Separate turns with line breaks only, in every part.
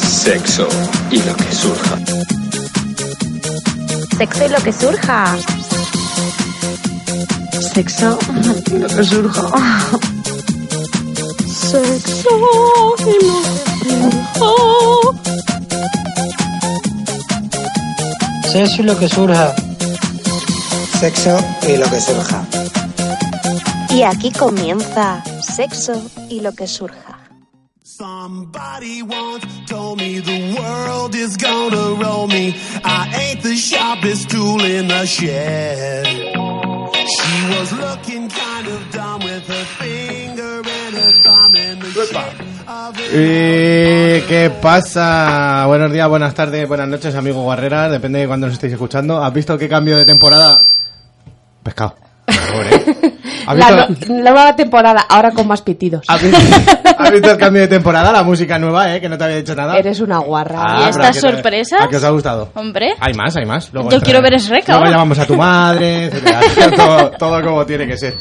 Sexo y lo que surja.
Sexo y lo que surja.
Sexo y lo que surja.
Sexo y lo que surja.
Sexo y lo que surja.
Sexo y lo que surja.
Y aquí comienza Sexo y lo que surja.
Somebody once told me the world is gonna roll me. I ain't the sharpest tool in the shed. She was looking kind of dumb with her finger and her thumb in the shape of an
¿Y qué pasa? Buenos días, buenas tardes, buenas noches, amigo Guerrera. Depende de cuándo nos estéis escuchando. ¿Has visto qué cambio de temporada? Pescado. Por favor, ¿eh? ¿Has
La,
visto,
no- la nueva temporada, ahora con más pitidos.
has visto- has visto el cambio de temporada? La música nueva, ¿eh? Que no te había dicho nada.
Eres una guarra.
Ah,
¿Y
pero
estas
¿a qué te-
sorpresas?
¿A qué os ha gustado?
Hombre.
Hay más, hay más. Luego
Yo
entra-
quiero ver Shrek
Luego
ahora.
llamamos a tu madre, etcétera. todo, todo como tiene que ser.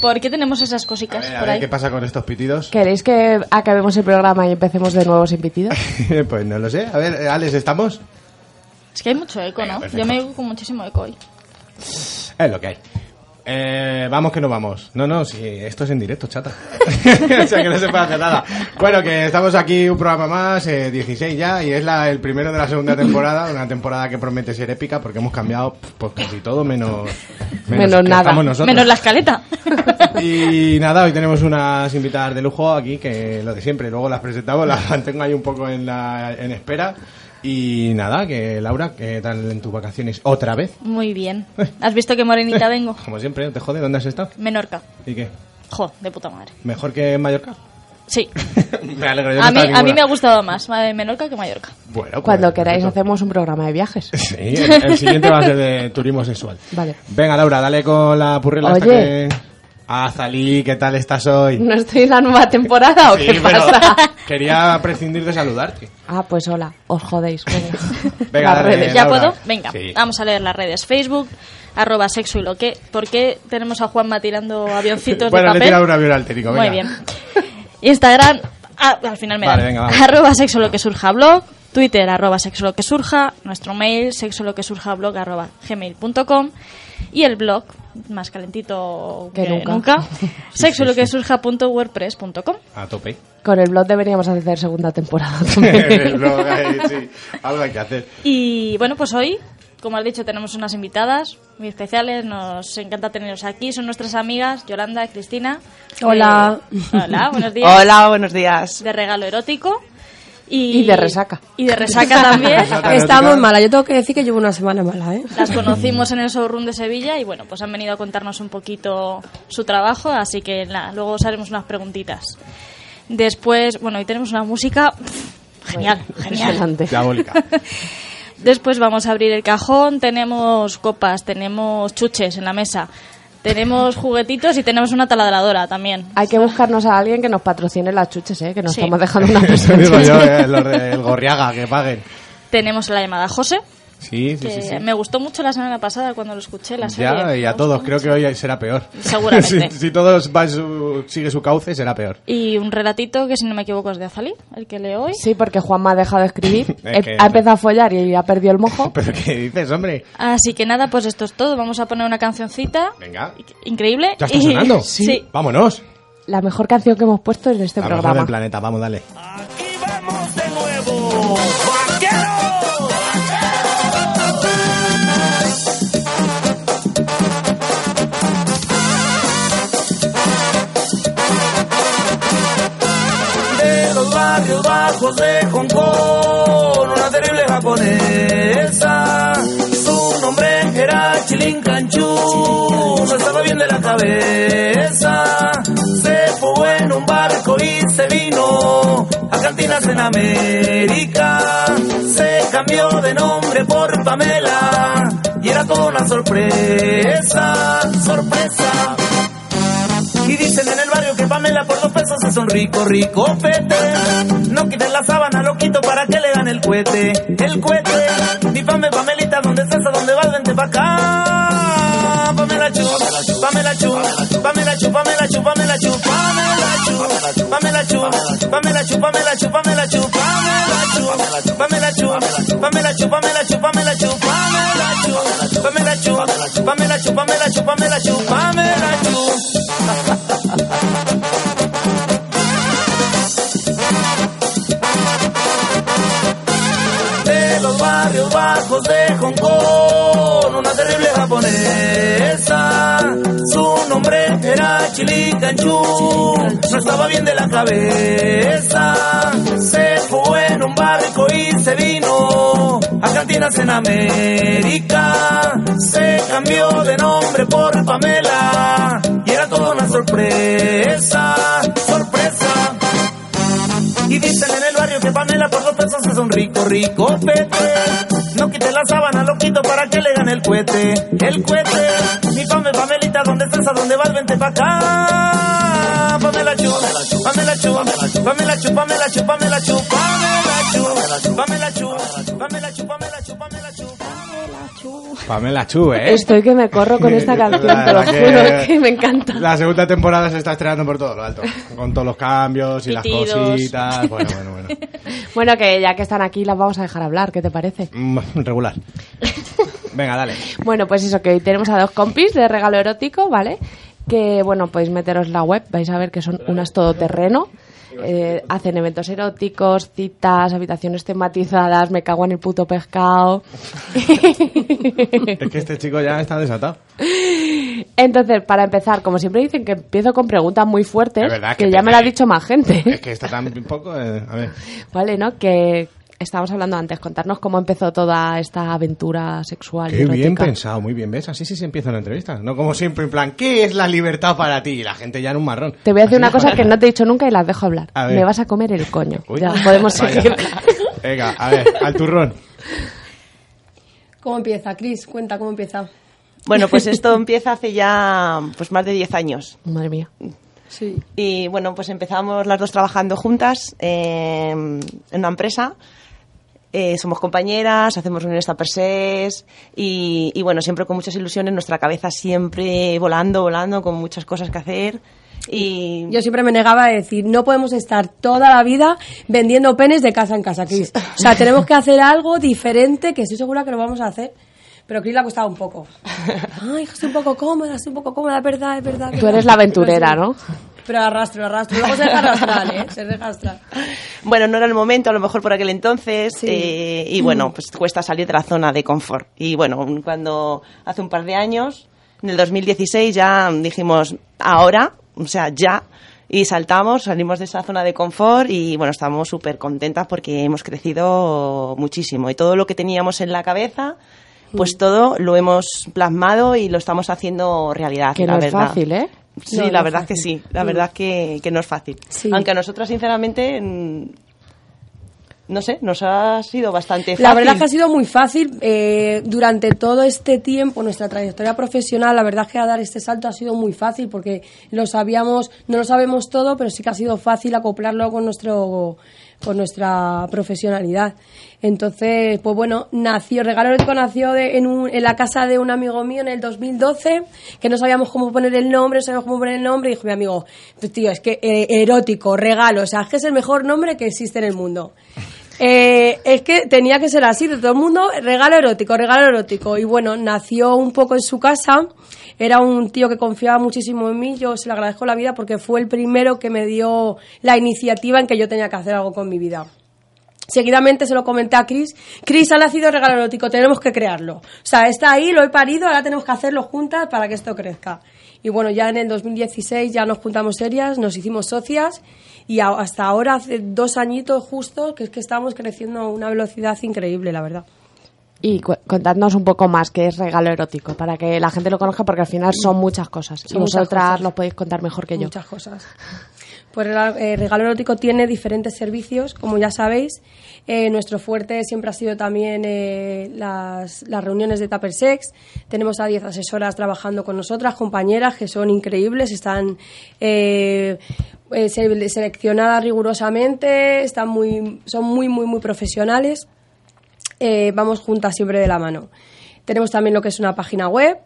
¿Por qué tenemos esas
A
cositas
ver, a
por
ver
ahí?
qué pasa con estos pitidos.
¿Queréis que acabemos el programa y empecemos de nuevo sin pitidos?
pues no lo sé. A ver, eh, Alex, ¿estamos?
Es que hay mucho eco,
Venga,
¿no?
perfecto.
Yo me oigo con muchísimo eco hoy.
Es lo que hay. Eh, vamos que no vamos. No, no, sí, esto es en directo, chata. o sea que no se puede hacer nada. Bueno, que estamos aquí un programa más, eh, 16 ya, y es la, el primero de la segunda temporada, una temporada que promete ser épica porque hemos cambiado pues casi todo menos...
Menos
que
nada.
estamos nosotros.
Menos la escaleta.
Y nada, hoy tenemos unas invitadas de lujo aquí, que lo de siempre, luego las presentamos, las mantengo ahí un poco en, la, en espera. Y nada, que Laura, ¿qué tal en tus vacaciones otra vez?
Muy bien. ¿Has visto que morenita vengo?
Como siempre, no te jode, ¿dónde has estado?
Menorca.
¿Y qué?
Jo, de puta madre.
¿Mejor que en Mallorca?
Sí.
me alegro yo no
A mí,
estaba en
a mí
ninguna.
me ha gustado más eh, Menorca que Mallorca.
Bueno, pues,
Cuando queráis
perfecto.
hacemos un programa de viajes.
Sí, el, el siguiente va a ser de turismo sexual.
Vale.
Venga, Laura, dale con la purrela esta
Oye.
que... Azalí, ¿qué tal estás hoy?
¿No estoy en la nueva temporada o
Sí,
qué
pero
pasa?
quería prescindir de saludarte.
Ah, pues hola, os jodéis. venga.
Venga,
Las
dale.
redes.
¿Ya
Laura.
puedo? Venga,
Sí.
vamos a leer las redes. Facebook, arroba sexo y lo que. ¿Por qué tenemos a Juanma tirando avioncitos
bueno, le he
de papel?
tirado un avión altérico, venga.
Muy bien. Instagram, ah, al final me
Vale,
dan.
venga, va.
arroba sexo lo que surja blog, Twitter, arroba sexo lo que surja, nuestro mail, sexo lo que surja blog, arroba gmail.com y el blog, más calentito
Que
que,
nunca.
nunca,
Sí,
sexo lo que surja punto wordpress punto com.
A tope.
Con el blog deberíamos hacer segunda temporada también.
Luego, ahí, sí, algo hay que hacer.
Y bueno, pues hoy, como has dicho, tenemos unas invitadas muy especiales, nos encanta teneros aquí, son nuestras amigas Yolanda, Cristina.
Hola.
Eh, hola, buenos días.
Hola, buenos días.
de regalo erótico y,
Y de resaca.
Y de resaca también.
Resaca.
Está
Erótica.
muy mala. Yo tengo que decir que llevo una semana mala, ¿eh?
Las conocimos en el showroom de Sevilla y bueno, pues han venido a contarnos un poquito su trabajo, así que nada, luego os haremos unas preguntitas. Después, bueno, hoy tenemos una música pff, genial, genial.
Impresionante.
Diabólica.
Después vamos a abrir el cajón, tenemos copas, tenemos chuches en la mesa, tenemos juguetitos y tenemos una taladradora también.
Hay que buscarnos a alguien que nos patrocine las chuches, ¿eh? que nos
Sí.
estamos dejando una
Eso digo yo,
persona.
eh, los del Gorriaga, que paguen.
Tenemos la llamada José,
Sí, sí, sí.
que
sí.
me gustó mucho la semana pasada cuando lo escuché, la serie.
Ya, y
Me
a
gustó
todos, creo
mucho.
que hoy será peor.
Seguramente.
si, si todo va en su- sigue su cauce, será peor.
Y un relatito que, si no me equivoco, es de Azalí, el que leo hoy.
Sí, porque Juan me ha dejado de escribir, Eh,
Es que-
ha empezado a follar y ha perdido el mojo.
¿Pero qué dices, hombre?
Así que nada, pues esto es todo. Vamos a poner una cancioncita.
Venga.
Increíble.
¿Ya está
Y-
sonando?
Sí.
Vámonos.
La mejor canción que hemos puesto es de este
a lo mejor
programa.
del planeta, vamos, dale.
Aquí vamos de nuevo, vaqueros. De los barrios bajos de Hong Kong, una terrible japonesa. Su nombre era Chilin Canchú, no estaba bien de la cabeza. Se fue
en América se cambió de nombre por Pamela y era toda una sorpresa, sorpresa. Y dicen en el barrio que Pamela por dos pesos es un rico, rico fete. No quiten la sábana, loquito, para que le dan el cohete, el cohete. Mi Pame, Pamelita, ¿dónde estás? ¿A dónde vas? Vente pa' acá. Pamela chu, Pamela chu, Pamela chu, Pamela chu, Pamela chu, Pamela chu, Pamela chu, Pamela chu, Pamela chu, Pamela chu, Pamela chu, Pamela chu, Pamela chu, Pamela chu, Pamela chu, Pamela chu, Pamela chu, Pamela chu, Pamela chu, Pamela chu, Pamela chu. de los barrios bajos de Hong Kong, una terrible japonesa. Su nombre era Chili Kanchu, no estaba bien de la cabeza. Se fue en un barco y se vino a cantinas en América. Se cambió de nombre por Pamela y era toda una sorpresa, sorpresa. Y dicen en el barrio que Pamela por dos pesos es un rico, rico pete. No quite la sábana, loquito, para que le gane el cohete, el cohete. Mi Pame, Pamelita, ¿dónde estás? ¿A dónde vas? Vente pa' acá. Pamela chu, Pamela chu, Pamela chu, Pamela chu, Pamela chu, Pamela chu, Pamela chu, Pamela chu, Pamela chu, Pamela chu.
Pamela Chu, ¿eh?
Estoy que me corro con esta canción, te lo
verdad
juro,
que-
que me encanta.
La segunda temporada se está estrenando por todo lo alto. Con todos los cambios y las
Pitidos.
cositas. Bueno, bueno, bueno.
Bueno, que ya que están aquí las vamos a dejar hablar, ¿qué te parece?
Mm, Regular. Venga, dale.
Bueno, pues eso, que hoy tenemos a dos compis de regalo erótico, ¿vale? Que, bueno, podéis meteros en la web, vais a ver que son unas todoterreno. Eh, hacen eventos eróticos, citas, habitaciones tematizadas, me cago en el puto pescado.
Es que este chico ya está desatado.
Entonces, para empezar, como siempre dicen que empiezo con preguntas muy fuertes,
Es verdad
que,
que
ya me lo ha
tenéis-
dicho más gente.
Es que está tan poco. eh, a ver.
Vale, ¿no? Que estábamos hablando antes, contarnos cómo empezó toda esta aventura sexual. y
Qué bien
erótica.
pensado, muy bien, ¿ves? Así sí se empieza una entrevista. No como siempre, en plan, ¿qué es la libertad para ti? Y la gente ya en un marrón.
Te voy a
Así
decir una
es
cosa
para-
que no te he dicho nunca y las dejo hablar.
A ver.
Me vas a comer el coño.
Uy.
ya, podemos
Vaya.
seguir.
Venga, a ver, al turrón.
¿Cómo empieza, Cris? Cuenta cómo empieza.
Bueno, pues esto empieza hace ya pues más de 10 años.
Madre mía.
Sí.
Y bueno, pues empezamos las dos trabajando juntas eh, en una empresa. Eh, somos compañeras, hacemos reuniones tapersés y, y bueno, siempre con muchas ilusiones, nuestra cabeza siempre volando, volando, con muchas cosas que hacer. Y
Yo siempre me negaba a decir, no podemos estar toda la vida vendiendo penes de casa en casa, Cris. O sea, tenemos que hacer algo diferente que estoy segura que lo vamos a hacer. Pero a Cris le ha costado un poco. Ay, hija, estoy un poco cómoda, estoy un poco cómoda, es verdad, es verdad. es
Tú
verdad.
eres la aventurera,
Pero
¿no?
sí, Pero arrastro, arrastro. Luego se deja arrastrar, ¿eh? Se deja arrastrar.
bueno, no era el momento a lo mejor por aquel entonces eh, y bueno, pues cuesta salir de la zona de confort. Y bueno, cuando hace un par de años, en el 2016 ya dijimos ahora, o sea, ya. Y saltamos, salimos de esa zona de confort y bueno, estamos súper contentas porque hemos crecido muchísimo y todo lo que teníamos en la cabeza, pues
Mm.
todo lo hemos plasmado y lo estamos haciendo realidad.
Que
la
no es
verdad.
fácil, ¿eh?
Sí,
No, no
la
es
verdad
fácil.
que sí, la
Mm.
verdad que, que no es fácil. Aunque a nosotras, sinceramente, mm, no sé, nos ha sido bastante fácil.
La verdad es que ha sido muy fácil. eh, durante todo este tiempo, nuestra trayectoria profesional, la verdad es que a dar este salto ha sido muy fácil porque lo sabíamos, no lo sabemos todo, pero sí que ha sido fácil acoplarlo con nuestro con nuestra profesionalidad. Entonces, pues bueno, nació, Regalo Erótico nació de- en, un- en la casa de un amigo mío en el 2012, que no sabíamos cómo poner el nombre, no sabíamos cómo poner el nombre, y dijo mi amigo, "Pues, tío, es que eh, erótico, regalo, o sea, es que es el mejor nombre que existe en el mundo. Eh, es que tenía que ser así, de todo el mundo, regalo erótico, regalo erótico. Y bueno, nació un poco en su casa. Era un tío que confiaba muchísimo en mí, yo se le agradezco la vida porque fue el primero que me dio la iniciativa en que yo tenía que hacer algo con mi vida. Seguidamente se lo comenté a Cris. Cris, ha nacido regalo erótico, tenemos que crearlo. O sea, está ahí, lo he parido, ahora tenemos que hacerlo juntas para que esto crezca. Y bueno, ya en el 2016 ya nos juntamos serias, nos hicimos socias y a- hasta ahora, hace dos añitos justo, que es que estamos creciendo a una velocidad increíble, la verdad.
Y cu- contadnos un poco más qué es regalo erótico, para que la gente lo conozca, porque al final son muchas cosas. y
Son muchas
vosotras
cosas.
lo podéis contar mejor que yo.
Muchas cosas. Pues Rega- eh, Regalo Erótico tiene diferentes servicios, como ya sabéis. Eh, nuestro fuerte siempre ha sido también eh, las, las reuniones de Tupper Sex. Tenemos a 10 asesoras trabajando con nosotras, compañeras que son increíbles, están eh, eh, se- seleccionadas rigurosamente, están muy, son muy, muy, muy profesionales. Eh, vamos juntas siempre de la mano. Tenemos también lo que es una página web.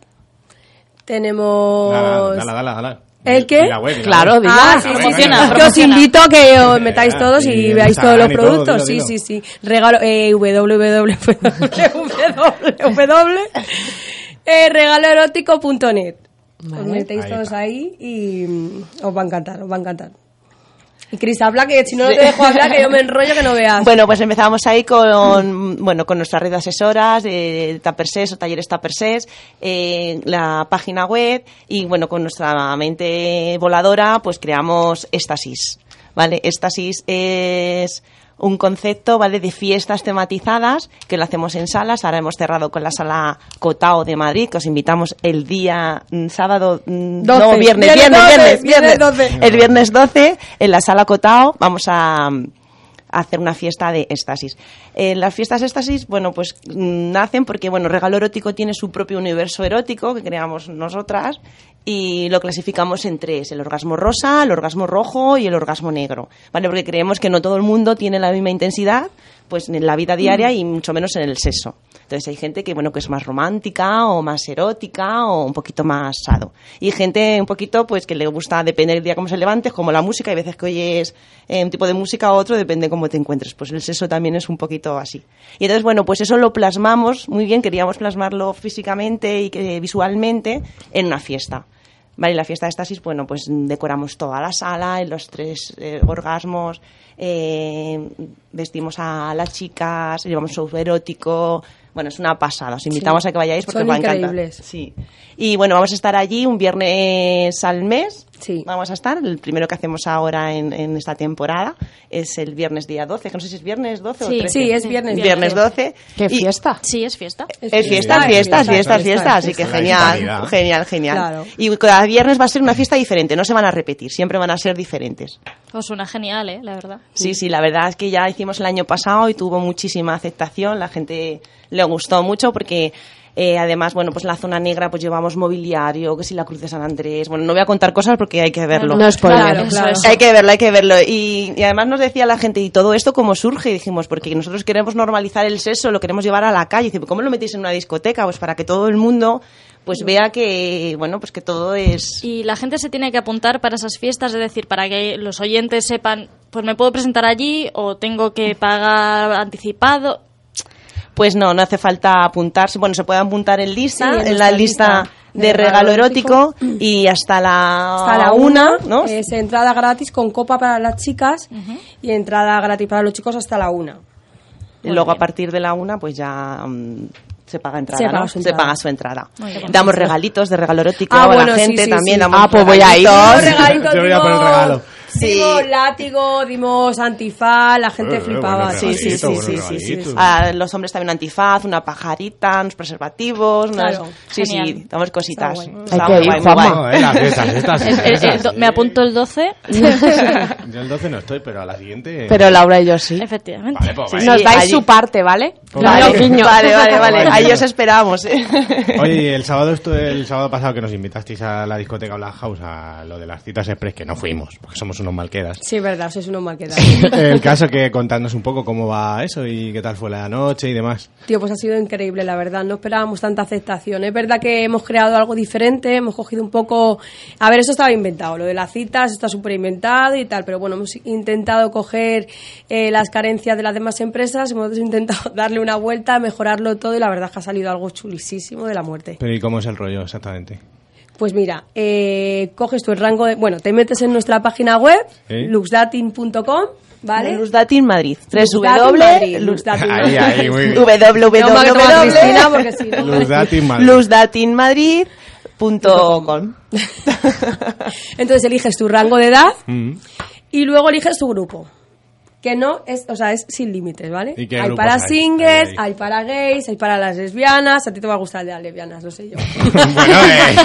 Tenemos.
Pues,
Dala, dala, dala, dala.
¿El qué?
Y la web, y la
claro,
web.
dilo.
Ah, sí, sí, sí.
Yo os invito a que os metáis todos
y
y
en
veáis todos los
Instagram y todo,
productos. sí,
dilo,
sí, sí. Regalo eh, www. www. eh, regaloerótico.net. Os metéis
Ahí
todos ahí y mm, os va a encantar, os va a encantar. Y Cris, habla que si no, no te
Sí.
dejo hablar, que yo me enrollo que no veas.
Bueno, pues empezamos ahí con, bueno, con nuestra red de asesoras, eh, Tapersés o talleres Tapersés, eh, la página web y, bueno, con nuestra mente voladora, pues creamos Éstasis, ¿vale? Éstasis es un concepto, ¿vale?, de fiestas tematizadas que lo hacemos en salas. Ahora hemos cerrado con la sala Cotao de Madrid, que os invitamos el día mm, sábado, mm,
Doce.
no, viernes,
Viernes
viernes,
doce,
viernes,
viernes
viernes,
doce.
el viernes 12 en la sala Cotao vamos a mm, a hacer una fiesta de éxtasis. Eh, las fiestas éxtasis, bueno, pues mm, nacen porque, bueno, Regalo Erótico tiene su propio universo erótico que creamos nosotras y lo clasificamos en tres, el orgasmo rosa, el orgasmo rojo y el orgasmo negro, ¿vale? Porque creemos que no todo el mundo tiene la misma intensidad, pues en la vida diaria y mucho menos en el sexo. Entonces hay gente que, bueno, que es más romántica o más erótica o un poquito más sado. Y gente un poquito, pues, que le gusta, depende del día cómo se levantes, como la música, hay veces que oyes eh, un tipo de música u otro, depende cómo te encuentres. Pues el sexo también es un poquito así. Y entonces, bueno, pues eso lo plasmamos muy bien, queríamos plasmarlo físicamente y que, eh, visualmente en una fiesta. Vale, la fiesta de Estasis, bueno, pues decoramos toda la sala, en los tres eh, orgasmos, eh, vestimos a las chicas, llevamos show erótico. Bueno, es una pasada. Os invitamos
Sí.
a que vayáis porque
Son
os va a encantar.
increíbles.
Sí. Y bueno, vamos a estar allí un viernes al mes.
Sí.
Vamos a estar. El primero que hacemos ahora en, en esta temporada es el viernes día 12. que No sé si es viernes 12
Sí.
o 13.
Sí, es viernes día
Viernes 12.
¿Qué fiesta?
Sí, es fiesta.
Es fiesta, fiesta, fiesta, fiesta, así que
fiesta.
genial,
Claro.
genial, genial.
Claro.
Y cada viernes va a ser una fiesta diferente, no se van a repetir, siempre van a ser diferentes.
Os suena genial, ¿eh? La verdad.
Sí, sí, la verdad es que ya hicimos el año pasado y tuvo muchísima aceptación, la gente le gustó mucho porque eh, además, bueno, pues la zona negra pues llevamos mobiliario, que si la Cruz de San Andrés, bueno, no voy a contar cosas porque hay que verlo.
No, no spoiler. Claro, claro.
Hay que verlo, hay que verlo. Y, y además nos decía la gente, ¿y todo esto cómo surge? Y dijimos, porque nosotros queremos normalizar el sexo, lo queremos llevar a la calle. Y dice, ¿cómo lo metéis en una discoteca? Pues para que todo el mundo pues vea que, bueno, pues que todo es...
Y la gente se tiene que apuntar para esas fiestas, es decir, para que los oyentes sepan, pues me puedo presentar allí o tengo que pagar anticipado.
Pues no, no hace falta apuntarse. Bueno, se puede apuntar en
Sí,
lista, en la
nuestra
lista,
lista
de regalo erótico y hasta la,
Hasta la una,
una, Ah, ¿no?
es entrada gratis con copa para las chicas y entrada gratis para los chicos hasta la una.
Y luego a partir de la una, pues ya mm, se paga entrada,
Se paga
¿no?
su entrada.
paga su entrada.
Muy bien.
Damos regalitos de regalo erótico
Ah,
a
bueno,
la
sí,
gente
sí,
también.
sí.
Damos
Ah, pues voy
a ir.
Dimos
regalitos.
regalitos,
Yo voy a poner
dimos-
regalo.
Dimos látigo, dimos antifaz, la gente
Eh, eh,
flipaba.
bueno, sí, sí, sí,
regalito,
sí,
bueno,
sí, sí,
regalito.
sí. A los hombres también un antifaz, una pajarita, unos preservativos, unas...
Claro,
sí,
genial.
sí, damos cositas.
Hay
Está
que
muy
ir,
guay, muy
Juanma.
guay.
No, eh, las fiestas, estas,
El- el-
estas.
el do- me apunto el 12.
Yo el 12 no estoy, pero a la siguiente.
Pero Laura y yo sí.
Efectivamente.
Vale, pues vale.
Nos dais
Allí-
su parte, ¿vale?
Pues
Claro,
vale.
guiño.
Vale, vale, vale.
Vale,
Ahí
vale.
os esperamos. ¿eh?
Oye, y el sábado, esto- el sábado pasado que nos invitasteis a la discoteca Black House, a lo de las citas express, que no fuimos, porque somos unos malquedas.
Sí, verdad, sois unos malquedados.
El caso que contadnos un poco cómo va eso y qué tal fue la noche y demás.
Tío, pues ha sido increíble, la verdad. No esperábamos tanta aceptación. Es verdad que hemos creado algo diferente, hemos cogido un poco. A ver, eso estaba inventado, lo de las citas está súper inventado y tal, pero bueno, hemos intentado coger eh, las carencias de las demás empresas, hemos intentado darle una vuelta, mejorarlo todo y la verdad es que ha salido algo chulisísimo de la muerte.
Pero ¿y cómo es el rollo exactamente?
Pues mira, eh, coges tu rango de. Bueno, te metes en nuestra página web,
Sí.
luxdating.com, ¿vale?
Luzdatin Madrid.
Luzdatin Madrid,
3W.
Luzdatin
Ahí, ahí, muy bien.
Tengo que tomar Cristina
www.
porque si no-
Luzdatinmadrid.com.
Mm,
Entonces eliges tu rango de edad y luego eliges tu grupo. que no es, o sea, es sin límites, ¿vale?
¿Y qué
Hay
grupos
para
hay?
singles,
Ahí,
hay, para gays, hay para las lesbianas, a ti te va a gustar el de las lesbianas, lo sé yo.
eh.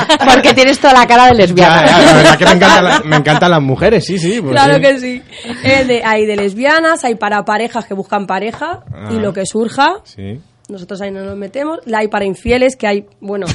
Porque tienes toda la cara de lesbiana.
Ya, ya, la verdad que me, encanta la- me encantan las mujeres, sí, sí. pues
claro
sí.
que sí. Eh, de- hay de lesbianas, hay para parejas que buscan pareja
Ah.
y lo que surja.
Sí.
Nosotros ahí no nos metemos. La hay para infieles, que hay, bueno,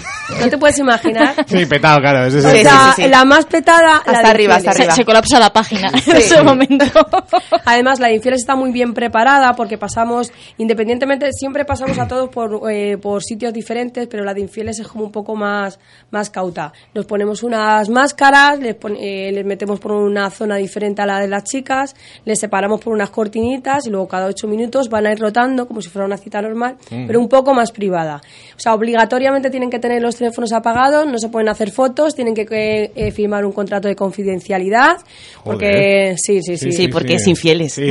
no te puedes imaginar.
Sí, petado, claro. Eso,
O
sí, sí,
sea,
sí, sí.
la más petada. la
Hasta
de
arriba,
infieles.
hasta arriba. Se- se
colapsa la página en ese momento. Además, la de infieles está muy bien preparada porque pasamos, independientemente, siempre pasamos a todos por, eh, por sitios diferentes, pero la de infieles es como un poco más, más cauta. Nos ponemos unas máscaras, les, pon- eh, les metemos por una zona diferente a la de las chicas, les separamos por unas cortinitas y luego cada ocho minutos van a ir rotando como si fuera una cita normal,
Mm.
pero un poco más privada. O sea, obligatoriamente tienen que tener los teléfonos apagados, no se pueden hacer fotos, tienen que eh, eh, firmar un contrato de confidencialidad, porque sí, sí, sí.
Sí, porque es infieles.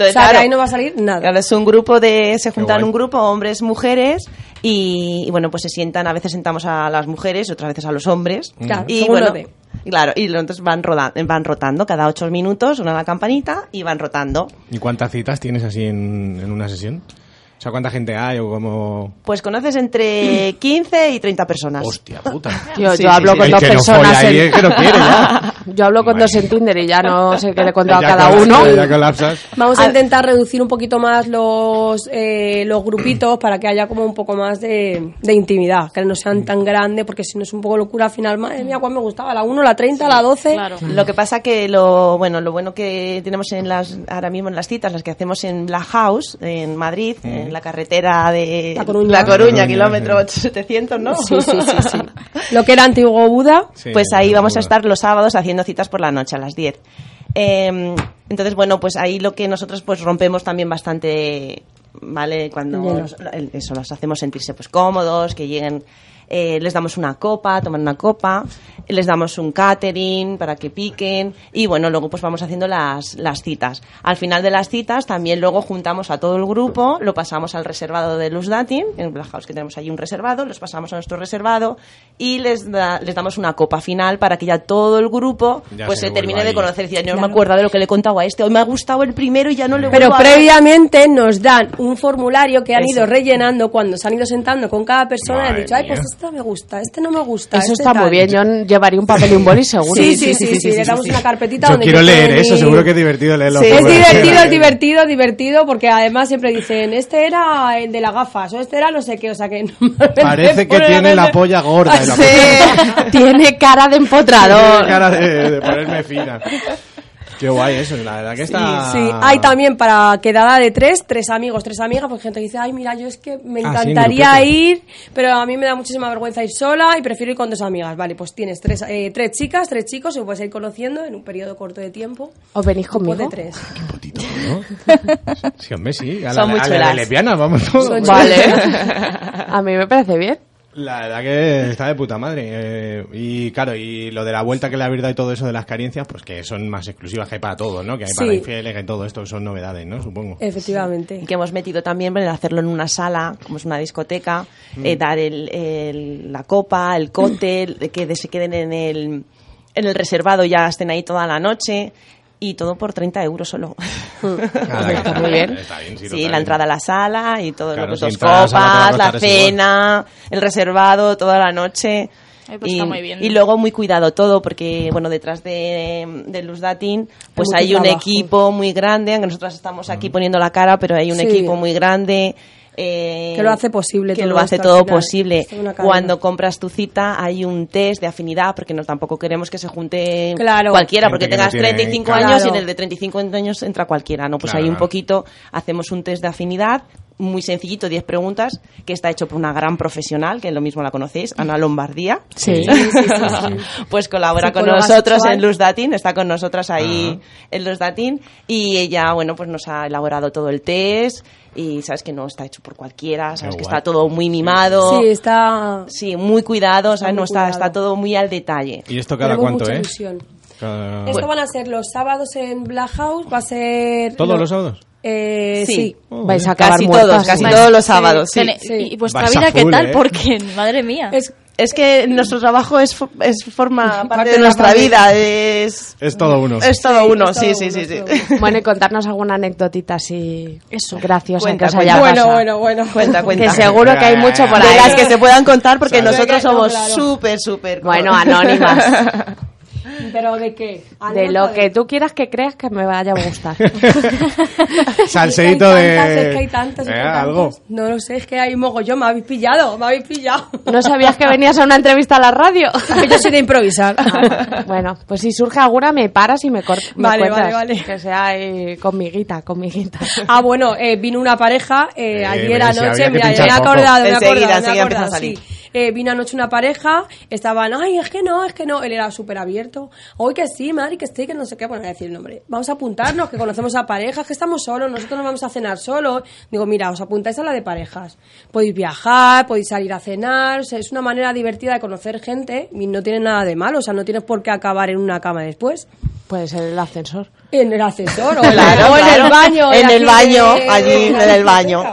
O sea, de ahí no va a salir nada.
Claro, es un grupo de. Se juntan
guay.
un grupo, hombres, mujeres, y, y bueno, pues se sientan. A veces sentamos a las mujeres, otras veces a los hombres.
Mm. Claro,
y
según
bueno,
orden.
Claro, y lo- entonces van, roda- van rotando cada ocho minutos, una la campanita y van rotando.
¿Y cuántas citas tienes así en, en una sesión? O sea, ¿cuánta gente hay o cómo...?
Pues conoces entre 15 y 30 personas.
Hostia puta.
Yo, yo hablo con
El
dos
que no
personas.
folla ahí es que no quiere,
Yo hablo con dos en Tinder y ya no sé qué le he contado a
Ya
cada
colapsa,
uno.
Ya colapsas.
Vamos a intentar reducir un poquito más los, eh, los grupitos para que haya como un poco más de, de intimidad, que no sean tan grandes, porque si no es un poco locura al final. Madre mía, ¿cuál me gustaba? ¿La 1, la 30, la 12?
Lo que pasa que lo bueno, lo bueno que tenemos en las ahora mismo en las citas, las que hacemos en Black House en Madrid,
Mm.
en la carretera de
La Coruña.
La
La Coruña,
kilómetro 700, ¿no?
Sí, sí, sí, sí. Lo que era antiguo Buda.
Sí, pues ahí vamos a estar los sábados haciendo citas por la noche a las 10. Eh, entonces, bueno, pues ahí lo que nosotros pues rompemos también bastante, ¿vale? Cuando
Hielo.
los- el- eso los hacemos sentirse pues cómodos, que lleguen, eh, les damos una copa, toman una copa, les damos un catering para que piquen y bueno, luego pues vamos haciendo las, las citas. Al final de las citas también luego juntamos a todo el grupo, lo pasamos al reservado de Luz Datin, en el Black House que tenemos allí un reservado, los pasamos a nuestro reservado y les, da- les damos una copa final para que ya todo el grupo
Ya
pues
se
se termine
vuelva
de
ahí.
conocer. Decir, no
Claro.
me acuerdo de lo que le he contado a este, hoy me ha gustado el primero y ya no le
Pero
vuelvo a-
previamente nos dan un formulario que han
Eso.
ido rellenando cuando se han ido sentando con cada persona y han
Madre
dicho, ay,
mía.
pues este me gusta, este no me gusta.
Eso
este
está
tal".
muy bien. Yo llevaría un papel y un boli seguro.
Sí, sí, sí, sí, le damos una carpetita
Yo
donde
quiero
yo
leer
puedo
eso,
ir.
seguro que es divertido leerlo.
es divertido, es divertido, divertido, porque además siempre dicen, este era el de las gafas, o este era no sé qué, o sea que... normalmente
Parece que
ponen a
tiene la
vender-
polla gorda. y la
Sí.
Tiene cara de empotrador.
Tiene cara de, de ponerme fina. Qué guay eso, la verdad que está...
Sí, hay también para quedada de tres, tres amigos, tres amigas, porque gente que dice, ay, mira, yo es que me
Ah, sí, en
encantaría
grupete.
ir, pero a mí me da muchísima vergüenza ir sola y prefiero ir con dos amigas. Vale, pues tienes tres, eh, tres chicas, tres chicos, y puedes ir conociendo en un periodo corto de tiempo.
¿Os venís
Grupo
conmigo?
de tres.
Sí, hombre, sí. A la,
Son muy
a la
chulas.
de lesbiana, vamos todos.
Son Vale. A mí me parece bien.
La verdad que está de puta madre. eh, y claro, y lo de la vuelta que la verdad y todo eso de las carencias, pues que son más exclusivas que hay para todos, ¿no? Que hay para
Sí.
infieles, que todo esto son novedades, ¿no? Supongo.
Efectivamente.
Y que hemos metido también bueno, el hacerlo en una sala, como es una discoteca,
Mm.
eh, dar el, el- la copa, el cóctel, de que de- se queden en el, en el reservado ya estén ahí toda la noche y todo por 30 euros solo.
Nada,
Está
que
muy bien.
Está bien, sí,
Sí,
total.
la entrada a la sala y todo,
Claro,
lo que
si
dos
entras a la otra
copas, la,
costa, eres igual.
cena, el reservado, toda la noche.
Ay, pues
y,
está muy bien.
y luego muy cuidado todo, porque bueno, detrás de, de Luz Datin, pues
mucho
hay un
trabajo.
equipo muy grande, aunque nosotras estamos
Mm.
aquí poniendo la cara, pero hay un
Sí.
equipo muy grande. eh,
Que lo hace posible
que
todo
lo hace
esto al
todo
final.
posible.
Es una cadena.
Cuando compras tu cita hay un test de afinidad, porque no tampoco queremos que se junte
Claro.
cualquiera, porque
Gente que no
tengas
tiene-
35
Claro.
años y en el de 35 años entra cualquiera, ¿no? Pues
Claro,
hay un
claro.
poquito, hacemos un test de afinidad, muy sencillito, 10 preguntas, que está hecho por una gran profesional, que lo mismo la conocéis, Ana Lombardía.
Sí. Sí, sí, sí,
pues colabora con
Psicóloga
nosotros
sexual.
en Luz Datin, está con nosotras ahí en Luz Datin, y ella, bueno, pues nos ha elaborado todo el test, y sabes que no está hecho por cualquiera, sabes
Qué
que
guay.
está todo muy mimado.
Sí, está...
Sí, muy cuidado, ¿sabes?
muy
no está,
cuidado.
está todo muy al detalle.
¿Y esto cada
Tenemos
cuánto,
mucha
eh?
ilusión.
Cada-
Esto van a ser los sábados en Black House, va a ser...
¿Todos
no,
los sábados? Oh,
Eh, sí.
Sí.
Vais a acabar
Casi
muertas.
todos, casi todos los sábados, sí.
Tene- Y, y vuestra
Vais a
vida, ¿qué
full,
tal?
¿eh?
Porque, madre mía.
Es,
es que nuestro trabajo es, fo- es forma parte,
Parte
de
de la
nuestra
familia.
vida. Es,
Es todo uno.
Es todo uno, sí, sí, sí. sí.
Bueno, y contarnos alguna anécdotita así graciosa
Cuenta,
que os haya
cuenta.
pasado.
Bueno, bueno, bueno. Cuenta, cuenta.
Que seguro que hay mucho
eh.
por ahí.
De las que se puedan contar, porque
Seguro
nosotros
que- no,
somos
claro.
súper, súper...
Bueno, anónimas.
¿Pero de qué?
De lo que tú quieras que creas que me vaya a gustar.
Salseíto
Tantas, es que hay
de...
tantas, es que
Eh,
hay tantas.
algo.
No lo sé, es que hay mogollón, me habéis pillado, me habéis pillado.
¿No sabías que venías a una entrevista a la radio?
Yo soy de improvisar.
bueno, pues si surge alguna me paras y me, cort- me
Vale, vale,
cuentas.
vale.
Que sea eh, con mi guita, con mi guita.
Ah, bueno, eh, vino una pareja eh, ayer
mira, si había
anoche,
que
mira, ya
pinchar
me he
poco.
acordado, me he
Enseguida,
acordado, me he
enseguida empieza a
acordado,
salir.
sí. Eh, vino anoche una pareja, estaban, ay, es que no, es que no, él era súper abierto, hoy que sí, Mari, que sí, que no sé qué, bueno, voy a decir el nombre, vamos a apuntarnos, que conocemos a parejas, que estamos solos, nosotros no vamos a cenar solos, digo, mira, os apuntáis a la de parejas,
Pues
podéis viajar, podéis salir a cenar, o sea, es una manera divertida de conocer gente y no tiene nada de malo, o sea, no tienes por qué acabar en una cama después.
Puede ser el ascensor.
En el ascensor, o, en la-
Claro,
o en
claro.
el baño.
En
la
el baño,
cine-
allí, en el baño.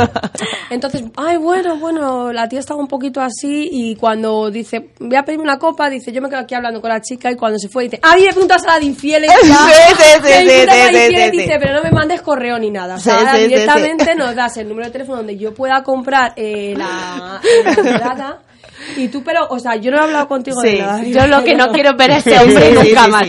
Entonces, ay, bueno, bueno, la tía estaba un poquito así y cuando dice, voy a pedirme una copa, dice, yo me quedo aquí hablando con la chica y cuando se fue dice, ah, me preguntas a la de infieles.
Sí,
ya".
sí,
Me
sí,
preguntas a la
sí,
de
sí,
infieles,
sí,
dice,
sí.
pero no me mandes correo ni nada. O sea,
Sí,
ahora
sí, sí, sí.
directamente nos das el número de teléfono donde yo pueda comprar eh, la la entrada. Y tú, pero, o sea, yo no he hablado contigo
Sí.
de nada.
Yo lo que no quiero ver a ese hombre nunca más.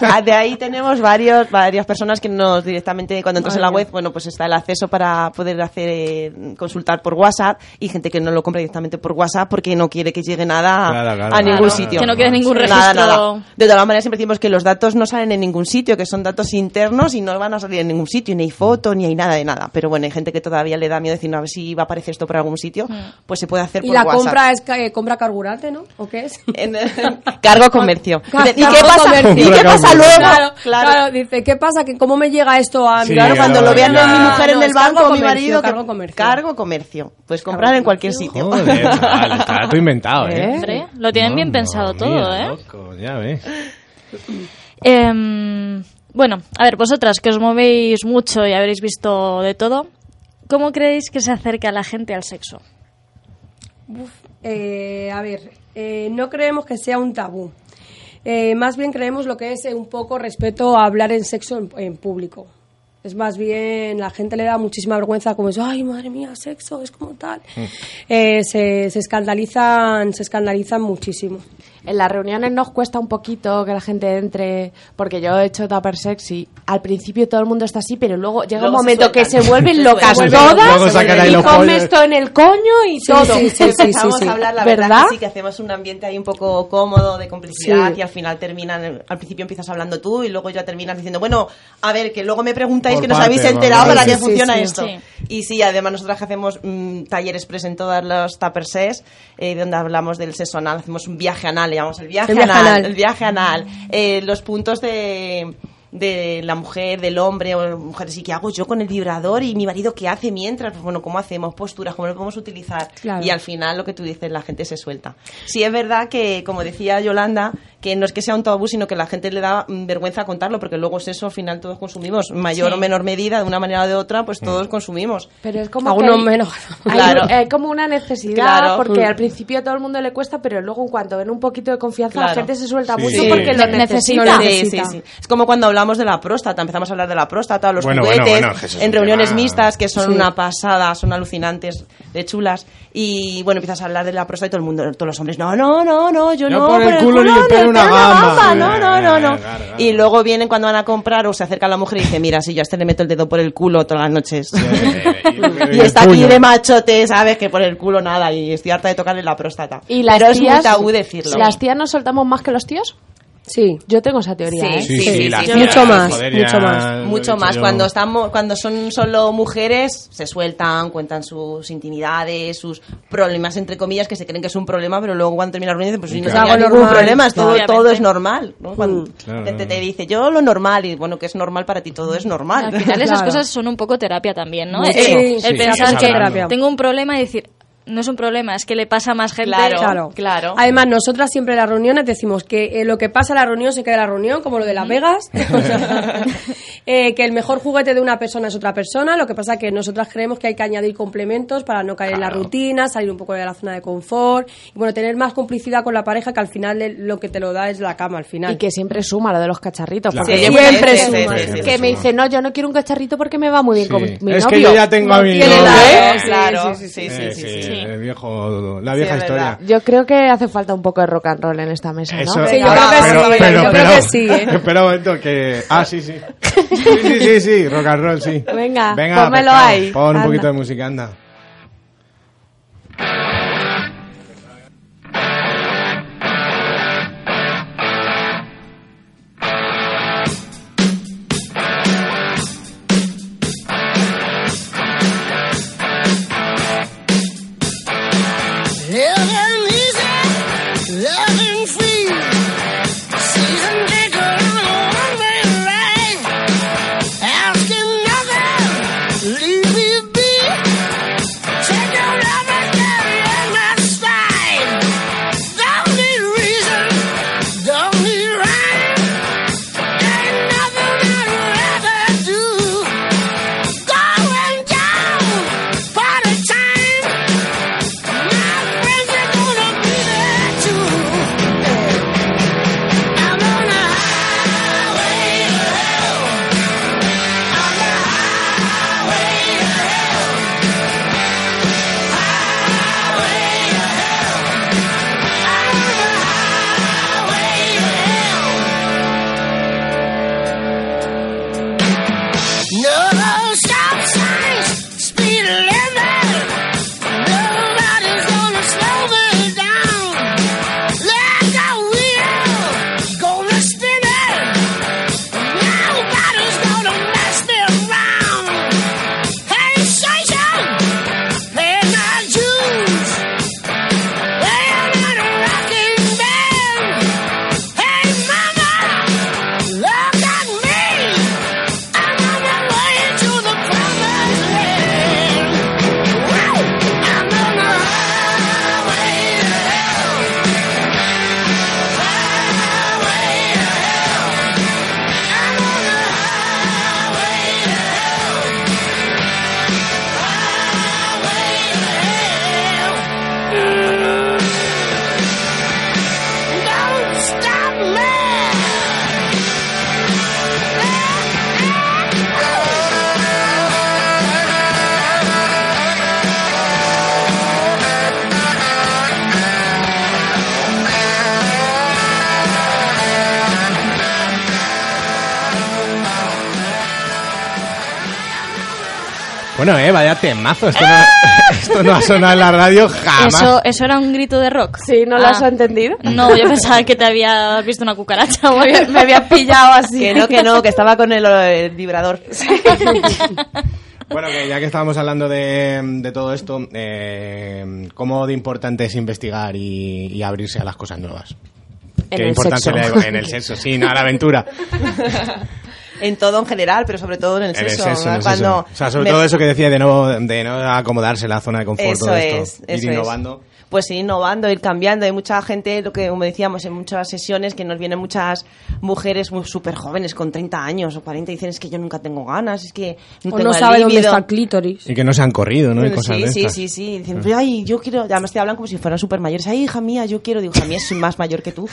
Ah, De ahí tenemos varios, varias personas que nos directamente, cuando entras en la
Madre
web, bueno, pues está el acceso para poder hacer eh, consultar por WhatsApp y gente que no lo compra directamente por WhatsApp porque no quiere que llegue nada
Claro, claro,
a ningún
claro,
sitio.
que no quede ningún
Nada,
registro.
nada. De todas maneras, siempre decimos que los datos no salen en ningún sitio, que son datos internos y no van a salir en ningún sitio, ni hay foto, ni hay nada de nada. Pero bueno, hay gente que todavía le da miedo decir, no, a ver si va a aparecer esto por algún sitio, pues se puede hacer
Mm. Y
por
la
WhatsApp.
compra es ca- eh, compra carburante, ¿no? ¿O qué es?
Cargo comercio.
Ca-
¿Y qué
cargo
pasa,
comercio.
¿y qué pasa
Claro,
luego?
Claro, claro, dice, ¿qué pasa? que ¿Cómo me llega esto a mí?
Sí, Claro, cuando lo vean
a
mi mujer en el banco o mi marido, que-
Cargo comercio.
Cargo comercio. Puedes comprar en cualquier sitio.
Joder, chaval, está todo inventado, ¿eh?
Hombre, Lo tienen bien pensado todo,
Mira,
¿eh?
loco, ya ves.
Em, bueno, a ver, vosotras que os movéis mucho y habréis visto de todo, ¿cómo creéis que se acerca la gente al sexo?
Eh, a ver, eh, no creemos que sea un tabú. Eh, más bien creemos lo que es eh, un poco respeto a hablar en sexo en, en público. Es más bien, la gente le da muchísima vergüenza, como es, ay, madre mía, sexo, es como tal. Eh, se, se escandalizan, se escandalizan muchísimo.
En las reuniones nos cuesta un poquito que la gente entre, porque yo he hecho tupper sexy. Al principio todo el mundo está así, pero luego llega
Luego
un
se
momento que se
sueltan.
vuelven locas
Se vuelven
todas
locas. Luego sacan ahí
y
los
comes
pollos.
esto en el coño y
Sí,
todo.
sí, sí, sí, Empezamos a hablar, la verdad,
¿Verdad?
que sí, que hacemos un ambiente ahí un poco cómodo, de complicidad,
Sí.
y al final terminan, al principio empiezas hablando tú y luego ya terminas diciendo, bueno, a ver, que luego me preguntáis
Por
que nos
parte,
habéis
por
enterado
parte.
para que
Sí, sí,
funciona
sí.
esto.
Sí.
Y sí, además nosotras que hacemos mm, talleres express en todas las Tupper Sets, eh, donde hablamos del sexo anal, hacemos un viaje anal, le llamamos el viaje,
El viaje
anal,
anal.
el viaje anal, eh, los puntos de de la mujer, del hombre, o mujeres, ¿y qué hago yo con el vibrador? ¿Y mi marido qué hace mientras? Pues bueno, ¿cómo hacemos? Posturas, ¿cómo lo podemos utilizar?
Claro.
Y al final lo que tú dices, la gente se suelta. Sí, es verdad que, como decía Yolanda, que no es que sea un tabú, sino que la gente le da mm, vergüenza contarlo, porque luego es eso, al final todos consumimos, mayor
Sí.
o menor medida, de una manera o de otra, pues todos consumimos.
Pero es como
Algunos
que hay-
menos.
hay-
Claro.
hay como una necesidad,
Claro.
porque
Mm.
al principio a todo el mundo le cuesta, pero luego en cuanto ven un poquito de confianza, la
Claro.
gente se suelta
Sí.
mucho
Sí.
porque lo necesita.
Sí, sí, sí. Es como cuando hablamos de la próstata, empezamos a hablar de la próstata, los
Bueno,
juguetes,
bueno, bueno, que eso es
en
un
reuniones
tema.
mixtas que son
Sí.
una pasada, son alucinantes, de chulas. Y bueno, empiezas a hablar de la próstata y todo el mundo, todos los hombres, no, no, no, no, yo
Yo
no.
por el culo ni le
no,
pego
le
una
pego
gamba.
No, no, no, no.
Claro, claro.
Y luego vienen cuando van a comprar o se acerca la mujer y dice, mira, si yo a este le meto el dedo por el culo todas las noches. y está aquí
puño.
de machote, sabes que por el culo nada y estoy harta de tocarle la próstata.
Y las
Pero es
tías,
muy tabú decirlo.
¿Las tías nos soltamos más que los tíos?
Sí.
Yo tengo esa teoría. ¿eh?
Sí, sí, sí, sí, sí.
Mucho más, mucho
más. lo he
Mucho
dicho
más.
yo.
Cuando, estamos, cuando son solo mujeres, se sueltan, cuentan sus intimidades, sus problemas, entre comillas, que se creen que es un problema, pero luego cuando termina la reunión dicen, pues si no es
Claro.
algo
Algo
ningún
normal,
problema, es todo,
claro.
todo es normal. ¿no? Cuando
Mm.
Claro,
te, te- te dice, yo lo normal, y bueno, que es normal para ti, todo es normal.
Al final esas cosas son un poco terapia también, ¿no?
Mucho.
El- el
Sí, sí,
pensar
estamos
que
hablando.
tengo un problema y decir, no es un problema, es que le pasa a más gente.
Claro, claro. Además, nosotras siempre en las reuniones decimos que eh, lo que pasa en la reunión se queda en la reunión, como lo de Las Vegas. O sea, eh, que el mejor juguete de una persona es otra persona. Lo que pasa que nosotras creemos que hay que añadir complementos para no caer en la
Claro.
rutina, salir un poco de la zona de confort. Y bueno, tener más complicidad con la pareja que al final eh, lo que te lo da es la cama al final.
Y que siempre suma lo de los cacharritos.
Claro.
porque
Sí,
siempre
sí, sí, sí,
suma.
sí, sí, sí,
que me
suma.
dice, no, yo no quiero un cacharrito porque me va muy bien con mi
Sí.
mi
es
novio.
que yo ya tengo a mi
Tiene
novio.
nada,
¿Eh?
¿eh?
Eh, el viejo- la vieja
es
historia.
Yo creo que hace falta un poco de rock and roll en esta mesa, ¿no?
Eso- ah,
Venga,
pero,
va,
pero,
yo creo
pero-
que sí, ¿eh?
Espera un momento, que... Ah, sí, sí. Sí, sí, sí, sí, rock and roll, sí.
Venga,
Venga,
pónmelo
pescado,
ahí.
Pon un
Anda.
poquito de música, anda.
Living easy, living free. Season ticket on a one-way ride. Asking nothing, leave me be. Take your love and carry on my side. Don't need reason, don't need rhyme. Ain't nothing I'd rather do. Going down, party time. No stop signs, speed limit. Nobody's gonna slow me down. Like a wheel, gonna spin it. Nobody's gonna mess me around. Hey, Satan, play my tunes. Hey, I'm in a rocking band. Hey, mama, look at me. I'm on my way to the promised land. I'm on the highway to hell. Highway to hell. I'm on the highway to hell. Highway to hell. Don't stop me.
Bueno, eh, vaya temazo. Esto no, esto no ha sonado en la radio jamás.
Eso, eso era un grito de rock.
Sí, ¿no lo has
entendido? No, yo pensaba que te habías visto una cucaracha. o algo.
Me había pillado así.
Que no, que no, que estaba con el, eh, vibrador.
Bueno, que ya que estábamos hablando de, de todo esto, eh, ¿cómo de importante es investigar y, y abrirse a las cosas nuevas?
En
Qué
el
importante
sexo.
le- en el sexo, sí, no a la aventura.
En todo en general, pero sobre todo en el
En el
sexo.
sexo,
¿no?
en el sexo.
Cuando
O sea, sobre
me-
todo eso que decía de no, de no acomodarse en la zona de confort,
Eso
todo esto.
es,
ir
eso es.
innovando.
Pues ir innovando, ir cambiando. Hay mucha gente, lo que como decíamos en muchas sesiones, que nos vienen muchas mujeres muy súper jóvenes, con 30 años o 40, y dicen, es que yo nunca tengo ganas, es que no
O
tengo
no
el
sabe dónde
líbido".
está el clítoris.
Y que no se han corrido, ¿no? Y cosas
sí,
de
sí,
estas.
sí, sí. Dicen, "Pero, ay, yo quiero. Además te hablan como si fueran súper mayores. Ay, hija mía, yo quiero. Digo, hija mía, soy más mayor que tú.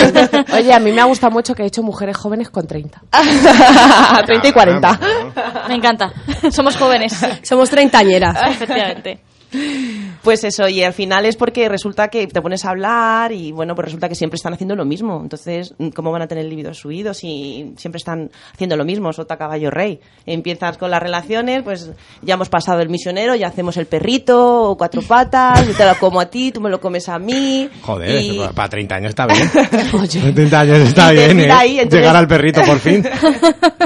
Oye, a mí me ha gustado mucho que he hecho mujeres jóvenes con 30.
30 y
40.
Me encanta. Somos jóvenes.
Somos treintañeras.
Efectivamente.
Pues eso, y al final es porque resulta que te pones a hablar y bueno, pues resulta que siempre están haciendo lo mismo. Entonces, ¿cómo van a tener el libido subido si siempre están haciendo lo mismo? Sota caballo rey. Empiezas con las relaciones, pues ya hemos pasado el misionero, ya hacemos el perrito, o cuatro patas, yo te lo como a ti, tú me lo comes a mí.
Joder,
Y-
pa- para 30 años está bien. 30 años está
Y te
bien, ¿eh?
tira ahí, entonces-
Llegar al perrito por fin.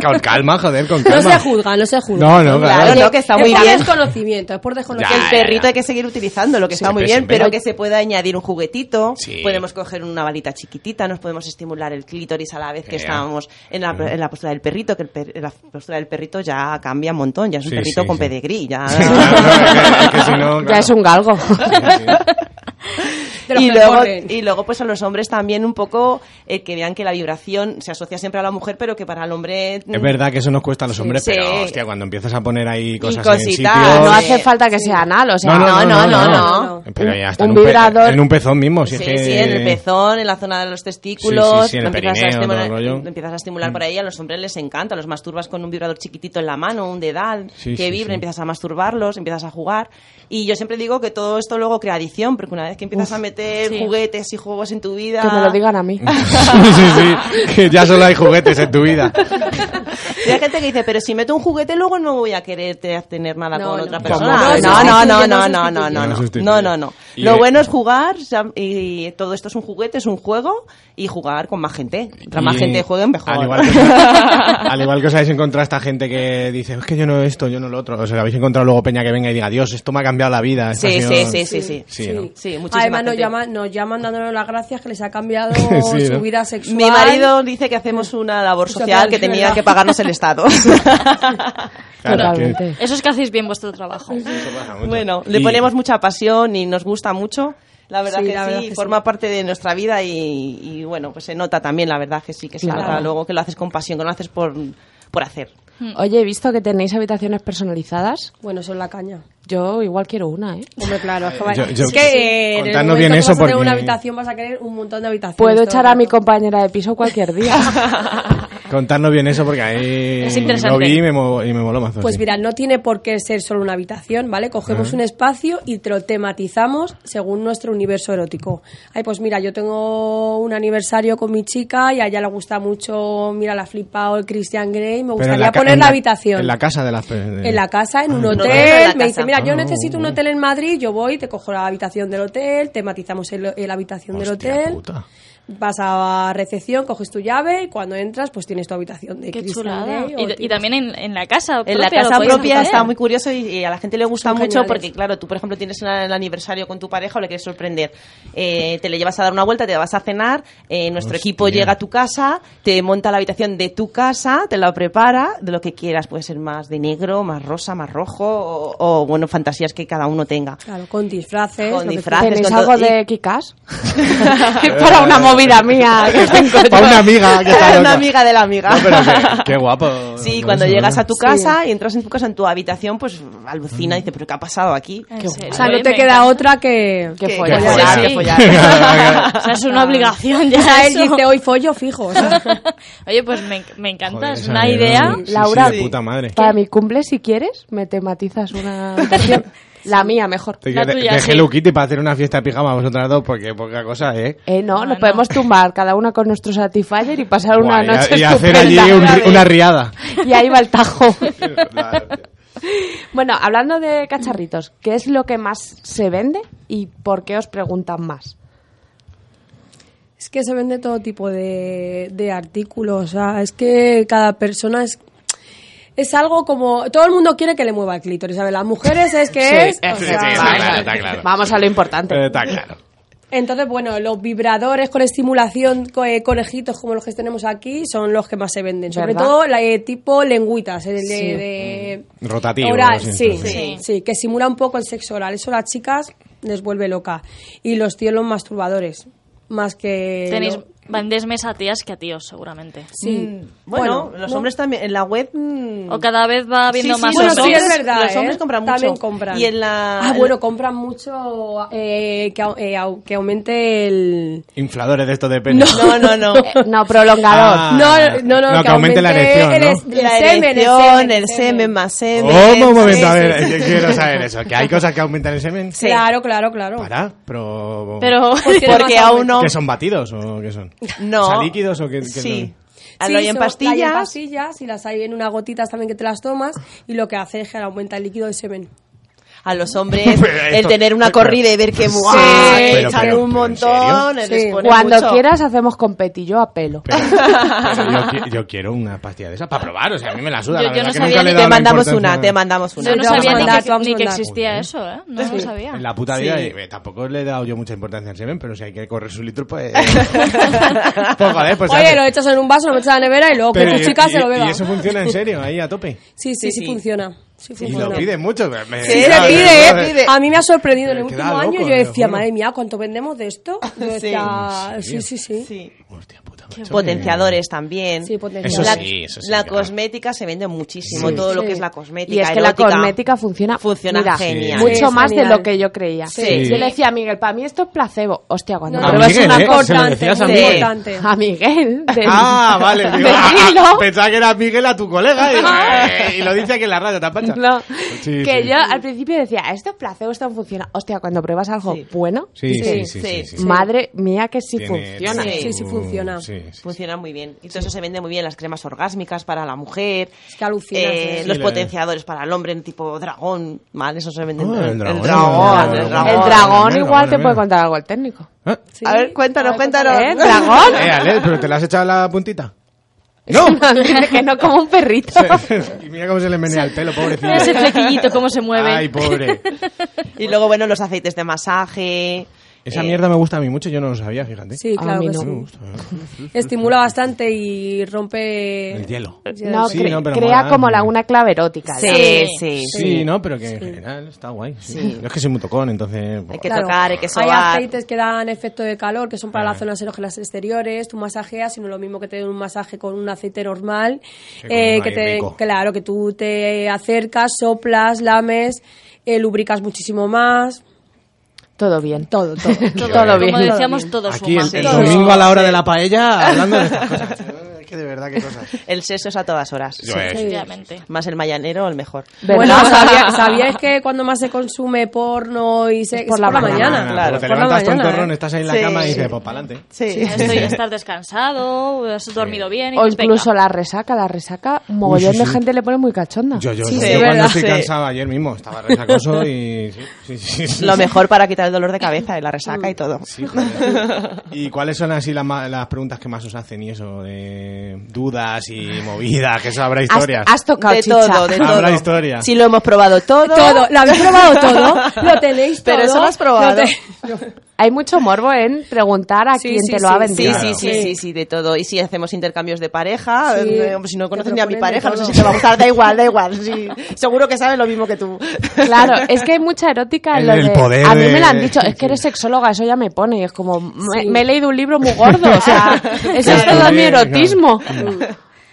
Con calma, joder, con
No se
calma.
juzga, no se juzga.
No, no, claro. Claro, no, que está muy
Es por
bien.
desconocimiento, es por desconocimiento.
Ya, ya, ya,
gorrito hay que seguir utilizando, lo que
Sí,
está muy
siempre,
bien,
siempre.
pero que se pueda añadir un juguetito,
Sí.
podemos coger una varita chiquitita, nos podemos estimular el clítoris a la vez que
Eh.
estábamos en la, en la postura del perrito, que el per- la postura del perrito ya cambia un montón, ya es un
Sí,
perrito
sí,
con
sí.
pedigrí, ya...
Ya es un galgo.
De los
y,
que
luego,
corren.
y luego, pues a los hombres también un poco eh, que vean que la vibración se asocia siempre a la mujer, pero que para el hombre...
Es verdad que eso nos cuesta a los
Sí.
hombres,
Sí.
pero hostia, cuando empiezas a poner ahí cosas en
cositas,
sitios-
No hace falta que sea anal, o sea,
No, no, no, no, no.
no.
Pero ya está
Un
en un pe-
vibrador.
en un pezón mismo, si es
sí,
que-
sí, en el pezón, en la zona de los
Sí,
testículos,
sí, sí, en el
lo empiezas,
perineo,
a estimular,
todo el rollo. Mm.
lo empiezas a estimular por ahí, a los hombres les encanta, los masturbas con un vibrador chiquitito en la mano, un dedal,
Sí,
que
sí,
vibra,
sí.
empiezas a masturbarlos, empiezas a jugar. Y yo siempre digo que todo esto luego crea adicción, porque una vez que empiezas a meter juguetes y juegos en tu vida...
Que me lo digan a mí.
sí, sí, sí, que ya solo hay juguetes en tu vida.
Y hay gente que dice, pero si meto un juguete luego no voy a querer te- tener nada con otra persona.
No,
No, no, no,
sustituye,
no,
no sustituye.
no, no, no,
No
no,
sustituye.
no, no, no.
Y,
Lo
eh,
bueno es jugar, o sea, y todo esto es un juguete, es un juego, y jugar con más gente. Mientras más
Y,
gente jueguen, mejor.
Al igual, que, al igual que os habéis encontrado esta gente que dice, es que yo no esto, yo no lo otro. O sea, habéis encontrado luego Peña que venga y diga, Dios, esto me ha cambiado la vida. esto
Sí,
ha sido-
sí, sí, sí, sí.
Sí, ¿no?
Sí, muchísima
Además, nos
gente.
llaman, nos llaman dándonos las gracias que les ha cambiado
Sí,
su
¿no?
vida sexual.
Mi marido dice que hacemos una labor
Social,
social que
es
tenía
verdad.
que pagarnos el Estado.
Claro, que-
Eso es que hacéis bien vuestro trabajo.
Bueno, le
Y-
ponemos mucha pasión y nos gusta mucho. La verdad
Sí,
que
la
sí,
verdad que
forma parte de nuestra vida y, y, bueno, pues se nota también, la verdad que sí, que se
Claro.
nota luego que lo haces con pasión, que lo haces por, por hacer.
Oye, he visto que tenéis habitaciones personalizadas.
Bueno, son la caña.
Yo igual quiero una, ¿eh.
Hombre, claro, es que, va-
Yo- yo-
es que eh, en el
Contadnos
momento
bien
que
eso
vas a tener
porque-
una habitación vas a querer un montón de habitaciones.
Puedo
todo
echar
el
a mi compañera de piso cualquier día.
Contarnos bien eso porque ahí
Es interesante.
lo vi y me, mo- y me moló mazo.
Pues
sí.
mira, no tiene por qué ser solo una habitación, ¿vale? Cogemos
Ajá.
un espacio y te lo tematizamos según nuestro universo erótico. Ay, pues mira, yo tengo un aniversario con mi chica y a ella le gusta mucho, mira, la flipa o el Christian Grey,
Pero
me
en
gustaría
la ca-
poner
en
la, habitación.
En la casa de las... pe- de-
En la casa, en un
Ah.
hotel,
No, dentro de la
me
casa.
dice, mira, yo
Oh.
necesito un hotel en Madrid, yo voy, te cojo la habitación del hotel, tematizamos el, el habitación del hotel, vas a recepción, coges tu llave y cuando entras, pues tienes tu habitación de
Qué
Christian
chulada.
Grey o
Y, y
tienes-
también en, en la casa propia.
En la
lo
casa
podéis
propia
hacer.
está muy curioso y, y a la gente le gusta
Son
mucho
geniales.
porque, claro, tú, por ejemplo, tienes una- el aniversario con tu pareja o le quieres sorprender. Eh, te le llevas a dar una vuelta, te vas a cenar, eh, nuestro
Hostia.
equipo llega a tu casa, te monta la habitación de tu casa, te la prepara de lo que quieras. Puede ser más de negro, más rosa, más rojo o, o, bueno, fantasías que cada uno tenga.
Claro, con disfraces.
Con
lo que
disfraces,
quieras.
con todo. Y-
Kikas? Para una movida mía. que estoy con-
Para una amiga que está
Para una
loca.
amiga de la amiga.
No, pero qué, qué guapo.
Sí,
No,
cuando
eso,
llegas
¿no?
a tu casa y entras en tu casa, en tu habitación, pues alucina y dice, pero ¿qué ha pasado aquí?
O sea, no te queda otra que,
Que
follar.
follar,
Sí,
que
sí.
follar.
O sea, es una obligación
O sea,
ya
él
eso.
dice, hoy follo fijo. o sea.
Oye, pues me, me encanta,
Joder,
es
esa
una
idea,
idea.
sí, sí,
Laura,
de puta madre.
para mi cumple, si quieres, me tematizas una habitación. La mía, mejor.
Te dije de, de Hello Kitty para hacer una fiesta de pijama vosotras dos, porque poca cosa, ¿eh?
Eh,
Ah,
no, nos podemos tumbar cada una con nuestro Satisfyer y pasar una
Guay,
noche
y, y hacer allí
estupenda.
un ri- una riada.
Y ahí va el tajo. bueno, hablando de cacharritos, ¿qué es lo que más se vende y por qué os preguntan más?
Es que se vende todo tipo de, de artículos. O sea, es que cada persona es. Es algo como. Todo el mundo quiere que le mueva el clítoris, ¿sabes? Las mujeres es que
Sí,
es.
eh,
o
sí,
sea,
sí,
vale.
Vamos a lo importante.
está claro.
Entonces, bueno, los vibradores con estimulación, co- eh, conejitos como los que tenemos aquí, son los que más se venden. Sobre
¿Verdad?
todo la eh, tipo lengüitas, el de-
Sí.
de-
Rotativo.
oral,
sí,
sí,
sí.
sí, sí, que simula un poco el sexo oral. Eso a las chicas les vuelve loca. Y los tíos los masturbadores, más que...
Tenéis
lo-
vendéis más a tías que a tíos, seguramente. Mm,
Sí.
Bueno,
Bueno,
los
no.
hombres también, en la web... mm,
O cada vez va habiendo más
bueno,
hombres.
sí, es verdad.
los hombres
¿eh?
compran
También
mucho.
compran.
Y en la-
Ah, bueno, compran mucho eh, que, au- eh, au- que aumente el...
Infladores de estos de pene.
no, no.
Eh, no, prolongador.
Ah,
no, no, no,
no, que aumente la erección,
el
¿no?
es- el
La
semen, el
erección,
semen,
el semen más semen.
¿Cómo? Un momento, a
Sí,
ver,
sí, sí.
yo quiero saber eso. Que hay cosas que aumentan el semen.
Claro, claro, claro.
Para, pero...
Pero- Pues tiene
porque
más aún no-
¿Que son batidos o qué son?
No.
¿O sea, líquidos o qué, qué
Sí.
Sí, son- la
Lo hay en
hay en
pastillas.
pastillas y las hay en unas gotitas también que te las tomas y lo que hace es que aumenta el líquido del semen.
a los hombres
Pero esto- eh,
el tener una
pero-
corrida y ver que
Sí.
¡buah!
Pero-
echan
pero-
un
¿pero en serio?
montón. eh, les
Sí.
pone
Cuando
mucho.
quieras hacemos competir, yo a pelo.
Pero yo, qui- yo quiero una pastilla de esas para probar, o sea, a mí me la suda. la
Yo- yo
verdad
no
que
sabía
nunca
ni-
le he
te
dado la
mandamos una,
importancia.
te mandamos una.
Yo no sabía ni
mandar,
que, ni que
mandar.
existía eso, ¿eh? No lo sabía.
En la puta vida
Sí.
y, eh, tampoco le he dado yo mucha importancia al semen, pero si hay que correr su litro, pues... pues vale, pues...
Oye,
hace.
lo echas en un vaso, lo metes a la nevera y luego
Pero
con
y-
tu chica
y-
se lo beba.
Y eso funciona en serio, ahí a tope.
Sí, sí, sí, funciona. Sí,
Y
funciona.
lo piden mucho. me- me- Ah,
Sí, se
claro,
pide,
me-
¿eh? A mí me ha sorprendido. En el
queda
último
loco,
año yo
te lo
decía,
juro.
madre mía, ¿cuánto vendemos de esto? Yo decía, sí, sí, sí.
Potenciadores también.
Sí,
La,
potenciadores.
la cosmética se vende muchísimo,
Sí.
todo lo
Sí.
que es la cosmética.
Y es que la
erótica.
cosmética funciona,
Funciona
mira,
genial.
mucho
Sí,
más
genial.
de lo que yo creía.
Sí.
Yo le decía a Miguel, para mí esto es placebo. Hostia, cuando
No. A
pruebas
Miguel,
una
¿eh?
cosa
Se lo decías a
de-
Miguel.
A Miguel. de-
Ah, vale.
de
digo, ah, ah,
Gilo,
pensaba que era Miguel a tu colega. eh, Y, y lo dice aquí en la radio, tapacha.
No,
Sí,
que
sí.
yo al principio decía, esto es placebo, esto no funciona. Hostia, cuando pruebas algo bueno,
Sí, sí,
dices,
sí, sí, sí, sí.
madre mía que sí
Tiene-
funciona.
tiene Sí, sí, su- funciona. sí, sí,
Funciona muy bien. Y todo eso se vende muy bien. Las cremas orgásmicas para la mujer.
Es que alucinas,
eh,
¿eh?
Los
Sí, la-
potenciadores para el hombre, tipo dragón. Mal, eso se vende.
Ah, el dragón,
El dragón.
el
El
dragón.
dragón.
El dragón
mira,
igual
bueno,
te
mira.
puede contar algo el técnico.
A ver, cuéntanos, cuéntanos.
¿Eh, dragón?
Eh, Ale, pero te la has echado la puntita.
que no como un perrito.
Y mira cómo se le menea el pelo, pobrecito.
Ese flequillito, cómo se mueve.
Ay, pobre.
y luego, bueno, los aceites de masaje.
Esa
eh,
mierda me gusta a mí mucho, yo no lo sabía, fíjate.
Sí, claro que sí.
Me gusta, me gusta.
Estimula bastante y rompe...
El hielo.
No,
Sí,
cre-
no, pero
crea
mola, ¿eh?
como
mola.
la una clave erótica.
Sí,
¿no?
sí,
Sí, no, pero que en general está guay. sí.
Sí.
Yo es que soy muy tocón, entonces...
Hay que
Claro.
tocar, hay que
Hay
sobar.
aceites que dan efecto de calor, que son para las zonas erógenas exteriores, tú masajeas, sino lo mismo que te den un masaje con un aceite normal, eh,
Sí, con un
que
aire
te,
rico.
claro, que tú te acercas, soplas, lames, eh, lubricas muchísimo más.
Todo bien.
Todo, todo.
Todo bien. Como
decíamos, todo
Aquí el,
suma.
el
Todo
domingo
suma,
a la hora
sí.
de la paella hablando de estas cosas. Es Eh, que de verdad, qué cosas.
El sexo es a todas horas.
Yo eh, es.
Efectivamente.
Más el mayanero, el mejor.
Bueno, sabía- ¿sabíais que cuando más se consume porno y se... es por, la, mañana?
claro.
Te
Por la
levantas
mañana,
tontorrón,
¿eh?
estás ahí en la
Sí,
cama y
sí.
dices, pues pa'lante.
Sí.
Sí, estoy estar descansado, has dormido bien. Y
O
dices,
incluso
venga.
la resaca, la resaca, un mogollón
sí,
de
sí.
gente le pone muy cachonda.
Yo, yo,
Sí,
yo
sí.
cuando
verdad,
estoy
sí.
cansado ayer mismo estaba resacoso y... sí, sí, sí, sí.
Lo mejor para quitar el dolor de cabeza y la resaca
Mm.
y todo.
¿Y cuáles son así las, ma- las preguntas que más os hacen y eso? De dudas y movidas, que eso habrá historias.
de todo, de todo.
Habrá historias.
Sí, lo hemos probado todo.
Todo, ¿lo habéis probado todo? ¿Lo tenéis todo?
Pero eso lo has
¿Lo
probado.
te-
Hay mucho morbo en preguntar a quién te lo ha vendido.
Sí, sí, sí, sí, sí, de todo. Y si hacemos intercambios de pareja,
Sí.
eh, si no conoces ni a mi
proponen de
pareja, no sé
todo.
si te va a gustar, da igual, da igual. sí. Seguro que sabes lo mismo que tú.
Claro, es que hay mucha erótica en
El
lo
del
de-
poder
A mí
de-
me lo han dicho, es que eres sexóloga, eso ya me pone. Y es como, me, me he leído un libro muy gordo, o sea, eso es todo mi erotismo.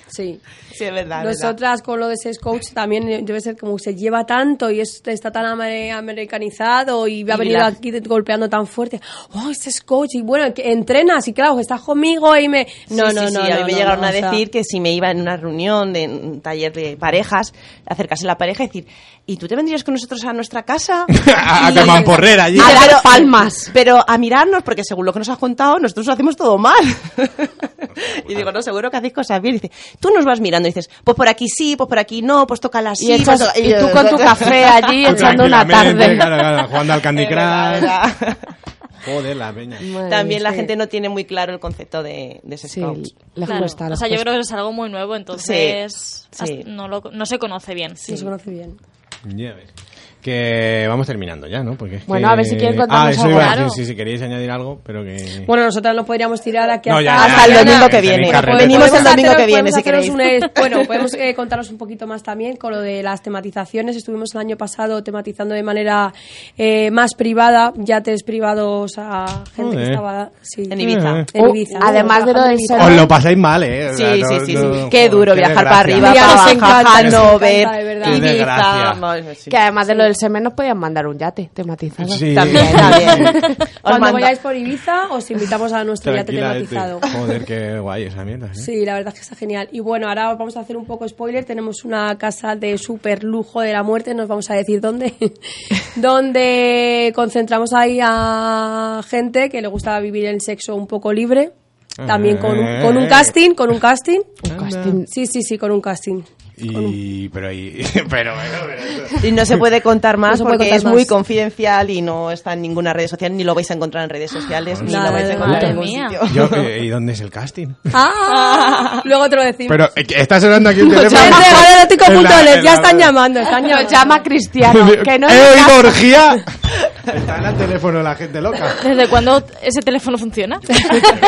Sí.
Sí, es verdad. es verdad.
Nosotras con lo de sex coach también eh, debe ser como se lleva tanto y es- está tan ame- americanizado y ha
Y
venido
la-
aquí de- golpeando tan fuerte. Oh, sex coach y bueno, que entrenas y claro, estás conmigo y me... No,
Sí,
no,
sí,
no,
sí, A mí
no,
me
no,
llegaron
no,
a
o sea,
decir que si me iba en una reunión, de en un taller de parejas, acercarse a la pareja y decir, ¿y tú te vendrías con nosotros a nuestra casa?
a Camamporrera allí.
A dar
palmas.
Pero a mirarnos, porque según lo que nos has contado, nosotros lo hacemos todo mal. y digo, no, seguro que hacéis cosas bien. Y dice, tú nos vas mirando y dices, pues por aquí sí, pues por aquí no, pues tócala así.
Y echas-
pues toca-".
y tú con tu café allí
Tú
echando una
tranquilamente,
tarde.
Claro, claro, jugando al Candy
Es verdad, es
Crush.
verdad.
Joder, la peña.
También la
sí.
gente no tiene muy claro el concepto de, de sex coach.
Claro. O sea, yo creo que es algo muy nuevo, entonces
Pues Sí, sí.
as- No, lo, no se conoce bien.
No se conoce bien.
Ya ves. Que vamos terminando ya, ¿no? Porque es
Bueno,
que-
a ver si quieren contarnos
ah, eso
algo.
iba a
Claro.
decir, si queréis añadir algo, pero que...
Bueno, nosotras nos podríamos tirar aquí
No,
hasta,
ya, ya, Hasta el ya, domingo ya, que tenéis viene. carrete. Venimos el
Podemos
domingo que
haceros-
viene, si
podemos haceros
queréis.
un- bueno, podemos eh, contaros un poquito más también con lo de las tematizaciones. Estuvimos el año pasado tematizando de manera eh, más privada, yates privados a gente
Joder. Eh.
que estaba sí.
En Ibiza.
En
Uh,
Ibiza.
además de lo del
Ibiza.
Os lo pasáis mal, ¿eh? O
Sí,
sea,
sí,
no-
sí, sí.
no-
Qué
joder,
duro viajar para
desgracia.
arriba, para abajo, Hanover,
Qué
Ibiza,
desgracia.
madre, sí.
Que además de lo del semen nos podían mandar un yate tematizado.
Sí.
También,
también.
Cuando
mando-
vayáis por Ibiza, os invitamos a nuestro yate
Tranquilamente.
tematizado.
Joder, qué guay esa mierda, ¿eh?
Sí, la verdad es que está genial. Y bueno, ahora vamos a hacer un poco spoiler. Tenemos una casa de super lujo de la muerte, nos vamos a decir dónde. donde concentramos ahí a gente que le gusta vivir el sexo un poco libre. También con, un- con un casting, con un casting.
Un casting.
Sí, sí, sí, con un casting.
Y, pero, y, pero bueno, pero-
Y no se puede contar más
No se puede
porque
contar
es muy
más.
confidencial y no está en ninguna red social, ni lo vais a encontrar en redes sociales, ni
Nada,
lo vais a
madre
encontrar en ningún
mía.
sitio.
Yo, ¿qué- ¿Y dónde es el casting?
Ah, luego te lo decimos.
Pero eh, que está sonando aquí un
Los
teléfono.
este
chavales de
En la-
galerotico.net
en
ya
la-
están llamando, están
Nos
llamando.
llama Cristiano, que no
¡Eh,
es
oído
nada.
orgía! Están al teléfono la gente loca.
¿Desde cuándo ese teléfono funciona?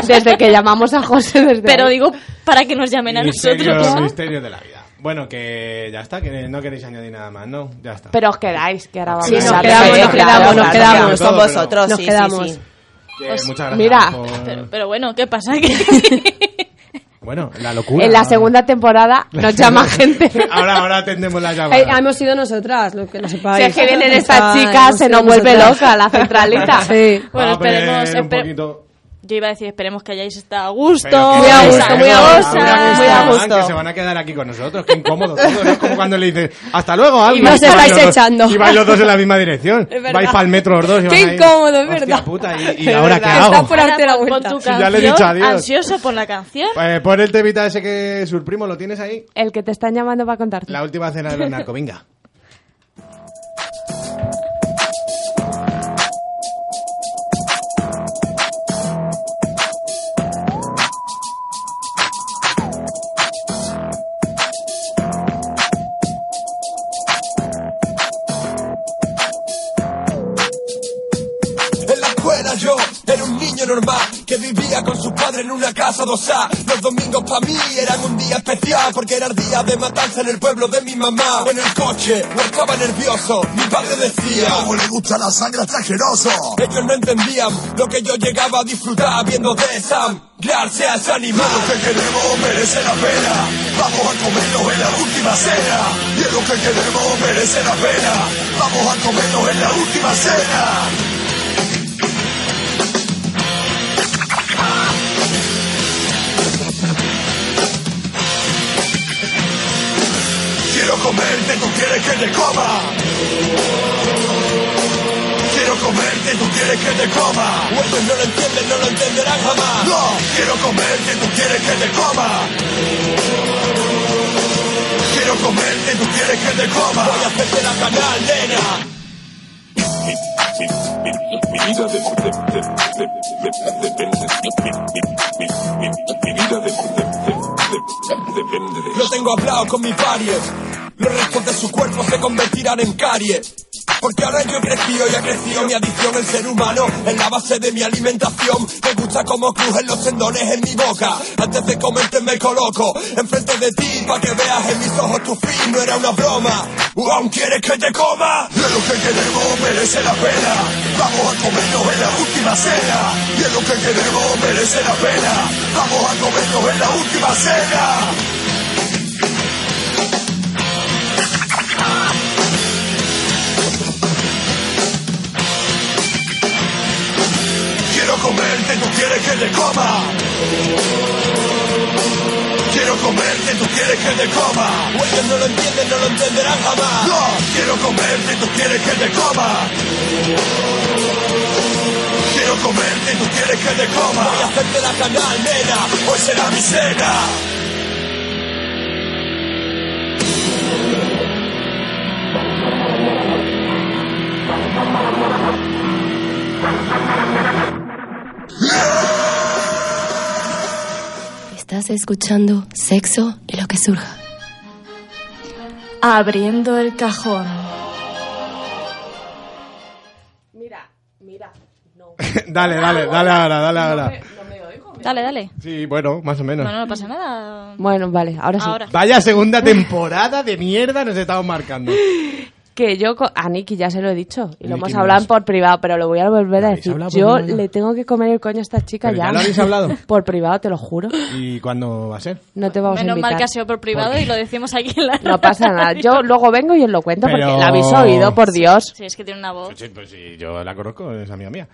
Desde que llamamos a José desde
Pero
ahí.
digo, para que nos llamen a
Misterio,
nosotros.
misterio de la vida. Bueno, que ya está, que no queréis añadir nada más, ¿no? Ya está.
Pero os quedáis, que ahora vamos
Sí,
a
nos
hablar.
quedamos,
Sí,
nos
claro,
quedamos, nos
claro,
quedamos
claro.
con vosotros, Nos sí, sí, quedamos. sí.
Eh, muchas gracias.
mira.
por-
Pero, pero bueno, ¿qué pasa? Que-
Bueno, la locura.
En la segunda temporada nos llama gente.
Ahora, ahora atendemos la llamada.
Eh, hemos sido nosotras, lo que lo
Si
sepáis.
es que vienen
Ah,
estas chicas,
hemos
se
sido
nos vuelve
nosotras.
loca la centralita.
Sí.
Bueno,
Vamos a poner
esperemos.
un
espere-
poquito-
Yo iba a decir, esperemos que hayáis estado a gusto.
Pero que-
que
que-
hayáis
que- que-
sacado
que-
cosas.
que- Que se van a quedar aquí con nosotros. Qué incómodo todo. ¿no? Es como cuando le dices, hasta luego, alguien.
nos estáis echando.
Y vais los dos en la misma dirección.
Es verdad.
Vais para el metro los dos. y
Qué
van ahí,
incómodo, es
"Hostia
verdad".
puta, ¿y, y
Es
ahora qué
verdad.
hago?
Está por darte la
Pon
vuelta.
tu
ya le he
canción,
dicho adiós.
Ansioso por la canción.
Eh, pon el temita ese que es primo, ¿lo tienes ahí?
El que te están llamando va a contarte.
La última cena de los narcos, venga.
En la escuela yo era un niño normal que vivía con su padre en una casa dosada. Los domingos para mí eran un día especial porque era el día de matanza en el pueblo de mi mamá. En el coche no estaba nervioso, mi padre decía: ¿Cómo le gusta la sangre está asqueroso? Ellos no entendían lo que yo llegaba a disfrutar viendo de Sam. Gracias a ese animal. Lo que queremos merece la pena. Vamos a comernos en la última cena. Y es lo que queremos merece la pena. Vamos a comernos en la última cena. Quiero comerte, tú quieres que te coma. Quiero comerte, tú quieres que te coma. Ellos no lo entienden, no lo entenderán jamás. No, quiero comerte, tú quieres que te coma. Quiero comerte, tú quieres que te coma. Voy a hacerte la canal, nena. Mi vida de Lo tengo hablado con mis paries. Los restos de su cuerpo se convertirán en caries. Porque ahora yo he crecido y ha crecido mi adicción al ser humano en la base de mi alimentación. Me gusta como crujen los tendones en mi boca. Antes de comerte me coloco enfrente de ti para que veas en mis ojos tu fin. No era una broma. ¿O aún quieres que te coma? De lo que queremos merece la pena. Vamos a comernos en la última cena. Y es lo que queremos merece la pena. Vamos a comernos en la última cena. Quiero comerte, tú quieres que te coma. Quiero comerte, tú quieres que te coma. Ellos no lo entienden, no lo entenderán jamás. No, quiero comerte, tú quieres que te coma. Quiero comerte, tú quieres que te coma. Voy a hacerte la canal, nena. Hoy será mi cena.
Estás escuchando sexo y lo que surja.
Abriendo el cajón.
dale, dale, dale ahora, dale ahora.
Dale, dale.
Sí, bueno, más o menos.
No, no, no pasa nada.
Bueno, vale, ahora sí.
Ahora.
Vaya segunda temporada de mierda nos estamos marcando.
Que yo co- a Nicky ya se lo he dicho y lo
Nicky
hemos hablado
Minaj.
por privado, pero lo voy a volver a decir.
hablado por
Yo
privado?
le tengo que comer el coño a esta chica
¿Pero
ya.
ya lo habéis hablado?
Por privado, te lo juro.
¿Y cuándo va a ser?
No te vamos a
Menos
invitar.
mal que ha sido por privado y lo decimos aquí en la
No pasa nada. Yo luego vengo y os lo cuento
Pero-
porque la habéis oído, por Dios.
Sí, es que tiene una voz.
Sí, pues sí, yo la conozco, es amiga mía.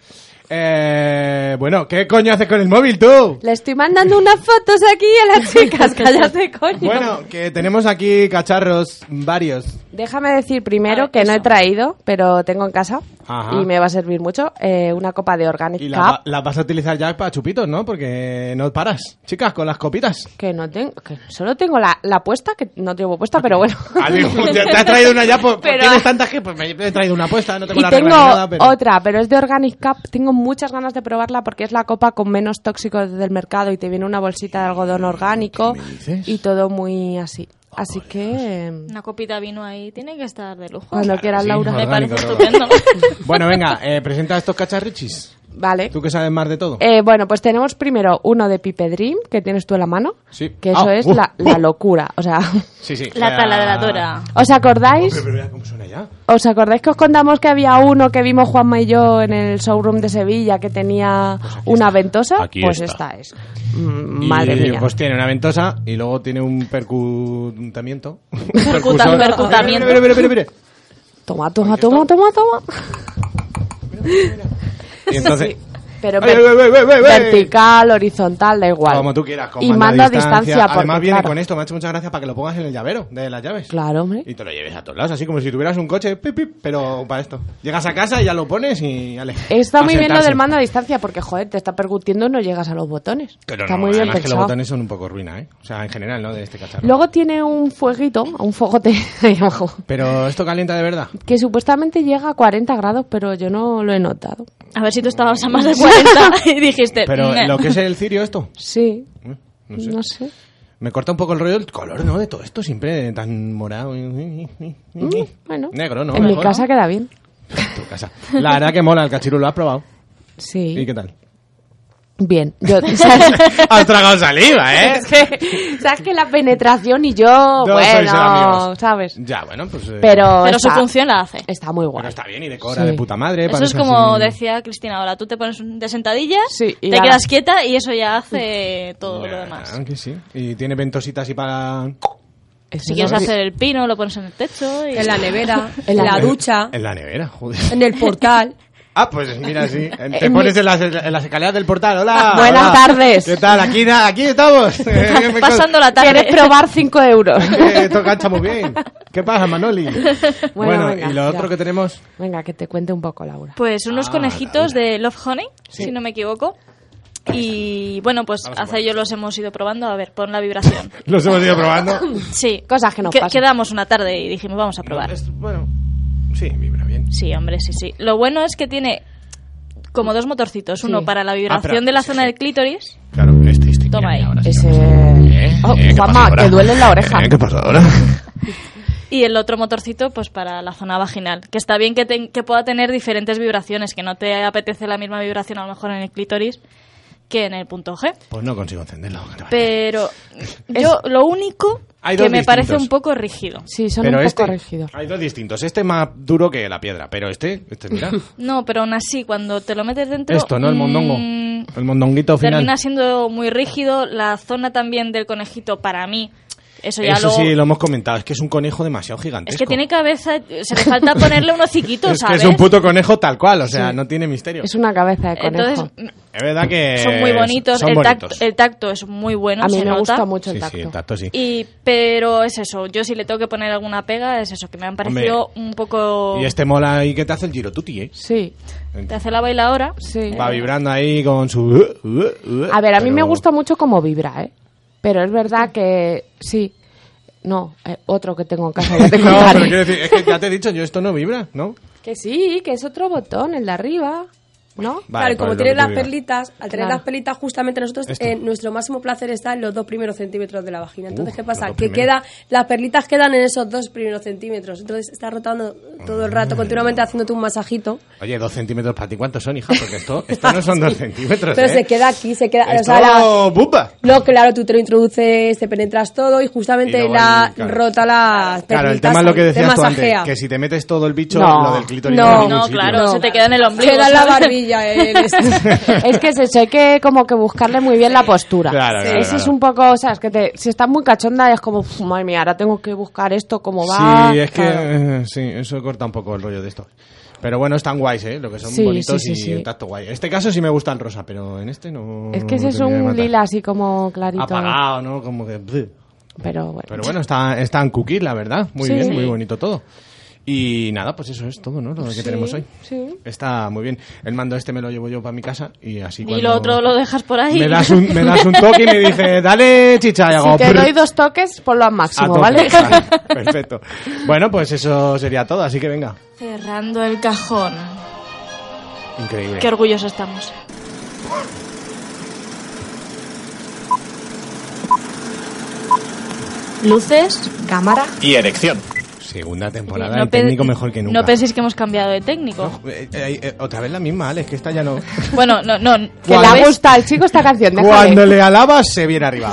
Eh, bueno, ¿qué coño haces con el móvil tú?
Le estoy mandando unas fotos aquí a las chicas. Cállate, coño.
Bueno, que tenemos aquí cacharros varios.
Déjame decir primero, que no he traído, pero tengo en casa
Ajá.
y me va a servir mucho, eh, una copa de Organic
Y
Cup.
la, va- la vas a utilizar ya para chupitos, ¿no? Porque no paras. Chicas, con las copitas.
Que no tengo, que solo tengo la, la puesta, que no llevo puesta, pero bueno.
Ah, digo, te te has traído una ya, pues,
Pero-
tienes tantas que pues me he traído una apuesta, no tengo
y
la
tengo
regla ni nada, pero...
otra, pero es de Organic Cup. Tengo muchas ganas de probarla porque es la copa con menos tóxicos del mercado y te viene una bolsita de algodón orgánico y todo muy así.
Oh,
Así que eh,
Una copita de vino ahí tiene que estar de lujo.
Cuando Claro, Pues quieras, sí, Laura.
Me
orgánico
parece
todo.
estupendo.
Bueno, venga, eh, presenta estos cacharrichis.
Vale.
Tú que sabes más de todo.
Eh, bueno, pues tenemos primero uno de Pipe Dream, que tienes tú en la mano,
Sí.
que eso
Ah,
es
uh,
la,
uh.
la locura. O sea,
Sí, sí.
La taladradora.
¿os acordáis?
Pero, pero, ¿Cómo suena ya?
¿Os acordáis que os contamos que había uno que vimos Juanma y yo en el showroom de Sevilla que tenía una ventosa?
Pues Aquí
pues
está.
esta es. Mm, Madre
Y,
mía.
Pues tiene una ventosa y luego tiene un percutamiento.
Percuta- percutamiento.
Mira, mira, mira, mira, mira.
Toma, toma, toma, toma, toma.
Y entonces,
Pero
Ay,
ver-
ay, ay, ay, ay, ay.
vertical, horizontal, da igual.
como tú quieras. Con
y manda
manda
a distancia. porque,
Además viene
claro,
con esto, me ha hecho muchas gracias para que lo pongas en el llavero de las llaves.
Claro, hombre.
Y te lo lleves a todos lados, así como si tuvieras un coche, pip, pip, pero para esto. Llegas a casa y ya lo pones y... Ale,
Está
a
muy bien lo
sentarse.
del mando a distancia porque, joder, te está percutiendo y no llegas a los botones.
Pero
está
no,
muy bien
además que los
pensado.
botones son un poco ruina, ¿eh? O sea, en general, ¿no? De este cacharro.
Luego tiene un fueguito, un fogote ahí abajo,
Pero esto calienta de verdad.
que supuestamente llega a 40 grados, pero yo no lo he notado.
A ver si tú estabas a más de 40 y dijiste.
Pero
"Nah".
lo que es el cirio esto,
Eh,
Mm,
Sí,
no sé.
no sé.
Me corta un poco el rollo el color, ¿no? De todo esto, siempre tan morado.
Mm, bueno.
Negro, ¿no?
en mi
Mejor,
casa
¿no?
queda bien.
En tu casa. La verdad que mola el cachirulo, ¿lo has probado?
Sí.
¿Y qué tal?
Bien. Yo, ¿sabes?
Has tragado saliva, ¿eh?
Es que, ¿Sabes que la penetración y yo,
sois
bueno,
amigos.
¿sabes?
Ya, bueno, pues... eh,
Pero,
Pero su
está-
función la hace.
Está muy guay.
Está bien y decora
Sí.
de puta madre.
Eso es
parece
como
así.
decía Cristina ahora. Tú te pones un- de sentadillas,
y
te
ala.
quedas quieta y eso ya hace todo lo demás.
Ah, que sí. Y tiene ventositas y para...
Si quieres hacer el pino, lo pones en el techo. Y...
En la nevera,
En
en
la-
la ducha,
En la nevera, joder.
en el portal.
Ah, pues mira, sí. Te
En
pones
mi-
en las, en las escaleras del portal. Hola.
Buenas
hola.
tardes.
¿Qué tal? Aquí, na- aquí estamos. Eh, me-
Pasando la tarde.
¿Quieres probar 5 euros?
Eh, Esto cancha muy bien. ¿Qué pasa, Manoli? Bueno,
venga,
y lo
ya.
otro que tenemos.
Venga, que te cuente un poco, Laura.
Pues unos
Ah,
conejitos de Love Honey,
Sí.
si no me equivoco. Y bueno, pues hace yo los hemos ido probando. A ver, pon la vibración.
Los hemos ido probando.
Sí.
Cosas que nos
Que-
pasan.
Quedamos una tarde y dijimos, vamos a probar.
Es- bueno, sí, vibra bien.
Sí, hombre, sí, sí. Lo bueno es que tiene como dos motorcitos. Uno
Sí.
para la
Ah,
vibración
pero-
de la zona del clítoris.
Claro, este, este.
Toma ahí.
Ese... Oh,
eh, ¿qué pasa
Juanma,
ahora?
te duele la oreja.
Eh, ¿Qué pasa ahora?
Y el otro motorcito, pues para la zona vaginal. Que está bien que, te- que pueda tener diferentes vibraciones, que no te apetece la misma vibración a lo mejor en el clítoris que en el punto G.
Pues no consigo encenderlo. que te vaya.
Pero yo lo único
Hay
que
dos
me parece
distintos.
un poco rígido.
Sí, son
Pero
un
este-
poco rígidos.
Hay dos distintos. Este es más duro que la piedra, pero este, este mira.
No, pero aún así, cuando te lo metes dentro...
Esto, ¿no? El mondongo.
mm,
El mondonguito final.
termina siendo muy rígido. La zona también del conejito, para mí, eso ya
Eso
lo...
sí, lo hemos comentado. Es que es un conejo demasiado gigantesco.
es que tiene cabeza, se le falta ponerle un hociquito,
Es que
¿sabes?
es un puto conejo tal cual, o sea, no tiene misterio.
Es una cabeza de conejo.
Entonces,
Es verdad que
son muy bonitos.
son
el, tacto,
bonitos.
el tacto es muy bueno,
a mí
se
me
nota.
gusta mucho el
Sí,
tacto.
sí, el tacto sí.
Y, pero es eso, yo si le tengo que poner alguna pega, es eso, que me han parecido un poco...
Y este mola ahí que te hace el giro tutti, ¿eh?
Sí,
Te hace la bailadora.
sí.
Va vibrando ahí con su... uh,
A ver, a mí me
Pero-
gusta mucho cómo vibra, ¿eh? Pero es verdad que sí. No, eh, otro que tengo en casa. ya te
No,
contaré.
pero quiero decir, es que ya te he dicho, yo esto no vibra, ¿no?
Que sí, que es otro botón, el de arriba. ¿No?
Vale,
claro, y como
pues lo
tiene
que tú
las
digas.
perlitas, al tener
Claro.
las perlitas, justamente nosotros,
Esto.
eh, nuestro máximo placer está en los dos primeros centímetros de la vagina. Entonces,
Uf,
¿qué
los
pasa?
dos
Que
primeros.
queda, las perlitas quedan en esos dos primeros centímetros. Entonces, está rotando todo el rato, continuamente haciéndote un masajito.
Oye, dos centímetros para ti, ¿cuántos son, hija? Porque esto, esto no son dos centímetros,
Pero
¿eh?
se queda aquí, se queda.
Esto,
O sea, la-
¡bupa!
no, claro, tú te lo introduces, te penetras todo y justamente
Y luego
la
el- claro.
rota las perlitas.
Claro, el tema es lo que
te
decías tú antes,
masajea.
que si te metes todo el bicho,
No.
lo del clítoris
No.
no,
No, claro, se te queda en el ombligo.
Queda en la
¿sabes?
barbilla.
eh,
el-
este. Es que es eso, hay que como que buscarle muy bien la postura.
Claro, claro,
Ese es
claro.
un poco, o sea, es que te- si estás muy cachonda es como, "Uf, madre mía, ahora tengo que buscar esto, cómo va.
Sí, es que
Claro.
eh, sí, eso corta un poco el rollo de esto. Pero bueno, están guays, ¿eh? Lo que son
Sí,
bonitos
sí, sí,
y
sí.
el tacto guay. En este caso sí me gusta el rosa, pero en este no.
Es que ese es
termina de
un
matar.
lila así como clarito.
Apagado, ¿no? Como que. bleh.
Pero bueno.
Pero bueno, está, están cookies, la verdad. Muy
Sí.
bien,
Sí.
muy bonito todo. Y nada, pues eso es todo, ¿no? Lo que
Sí,
tenemos hoy.
sí.
Está muy bien. El mando este me lo llevo yo para mi casa y así
Y
cuando
lo otro lo dejas por ahí.
Me das un, me das un toque y me dice, dale chicha. Y hago,
Si te
"Prr".
doy dos toques, ponlo al
A
máximo,
tope.
¿vale?
Perfecto. Bueno, pues eso sería todo, así que venga.
Cerrando el cajón.
Increíble.
Qué orgullosos estamos. Luces, cámara.
Y erección. Segunda temporada,
No
el
pe-
técnico mejor que nunca.
No penséis que hemos cambiado de técnico.
Eh, eh, eh, otra vez la misma, Alex, que esta ya no...
Bueno, no, no.
Que le gusta al chico esta canción, déjale.
Cuando le alabas, se viene arriba.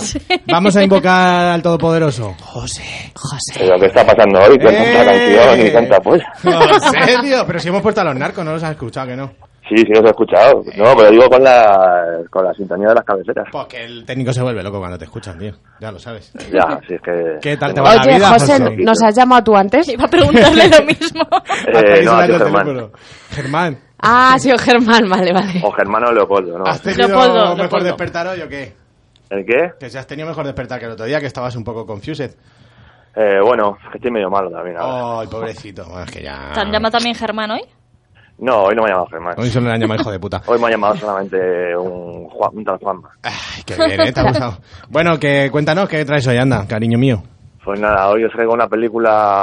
Vamos a invocar al Todopoderoso. José, José. Eh.
Lo que está pasando hoy, con tanta canción y tanta pues.
José, tío, pero si hemos puesto a los narcos, no los has escuchado, que no.
Sí, sí, os he escuchado. No, pero digo con la, con la sintonía de las cabeceras.
El técnico se vuelve loco cuando te escuchan, tío. Ya lo sabes.
Ya, sí, es que...
¿Qué tal te va la
Oye,
vida,
Eh, José, ¿nos has llamado tú antes?
Iba a preguntarle lo mismo.
Hasta
Eh,
que
no,
suena
a ti,
el
Germán.
teléfono. Germán.
Ah, sí, o Germán, vale, vale.
O Germano Leopoldo, ¿no?
¿Has tenido mejor despertar hoy o qué?
¿El qué?
Que si has tenido mejor despertar que el otro día, que estabas un poco confused.
Eh, bueno, es que estoy medio malo también ahora.
Ay, pobrecito. Bueno, es que ya...
¿Te han llamado también Germán hoy?
No, hoy no me ha llamado Germán.
Hoy solo le han llamado hijo de puta.
Hoy me ha llamado solamente un, Juan, un tal Juanma.
Ay, Qué bien, ¿eh? Te ha gustado. Bueno, que cuéntanos qué traes hoy, anda, cariño mío.
Pues nada, hoy os traigo una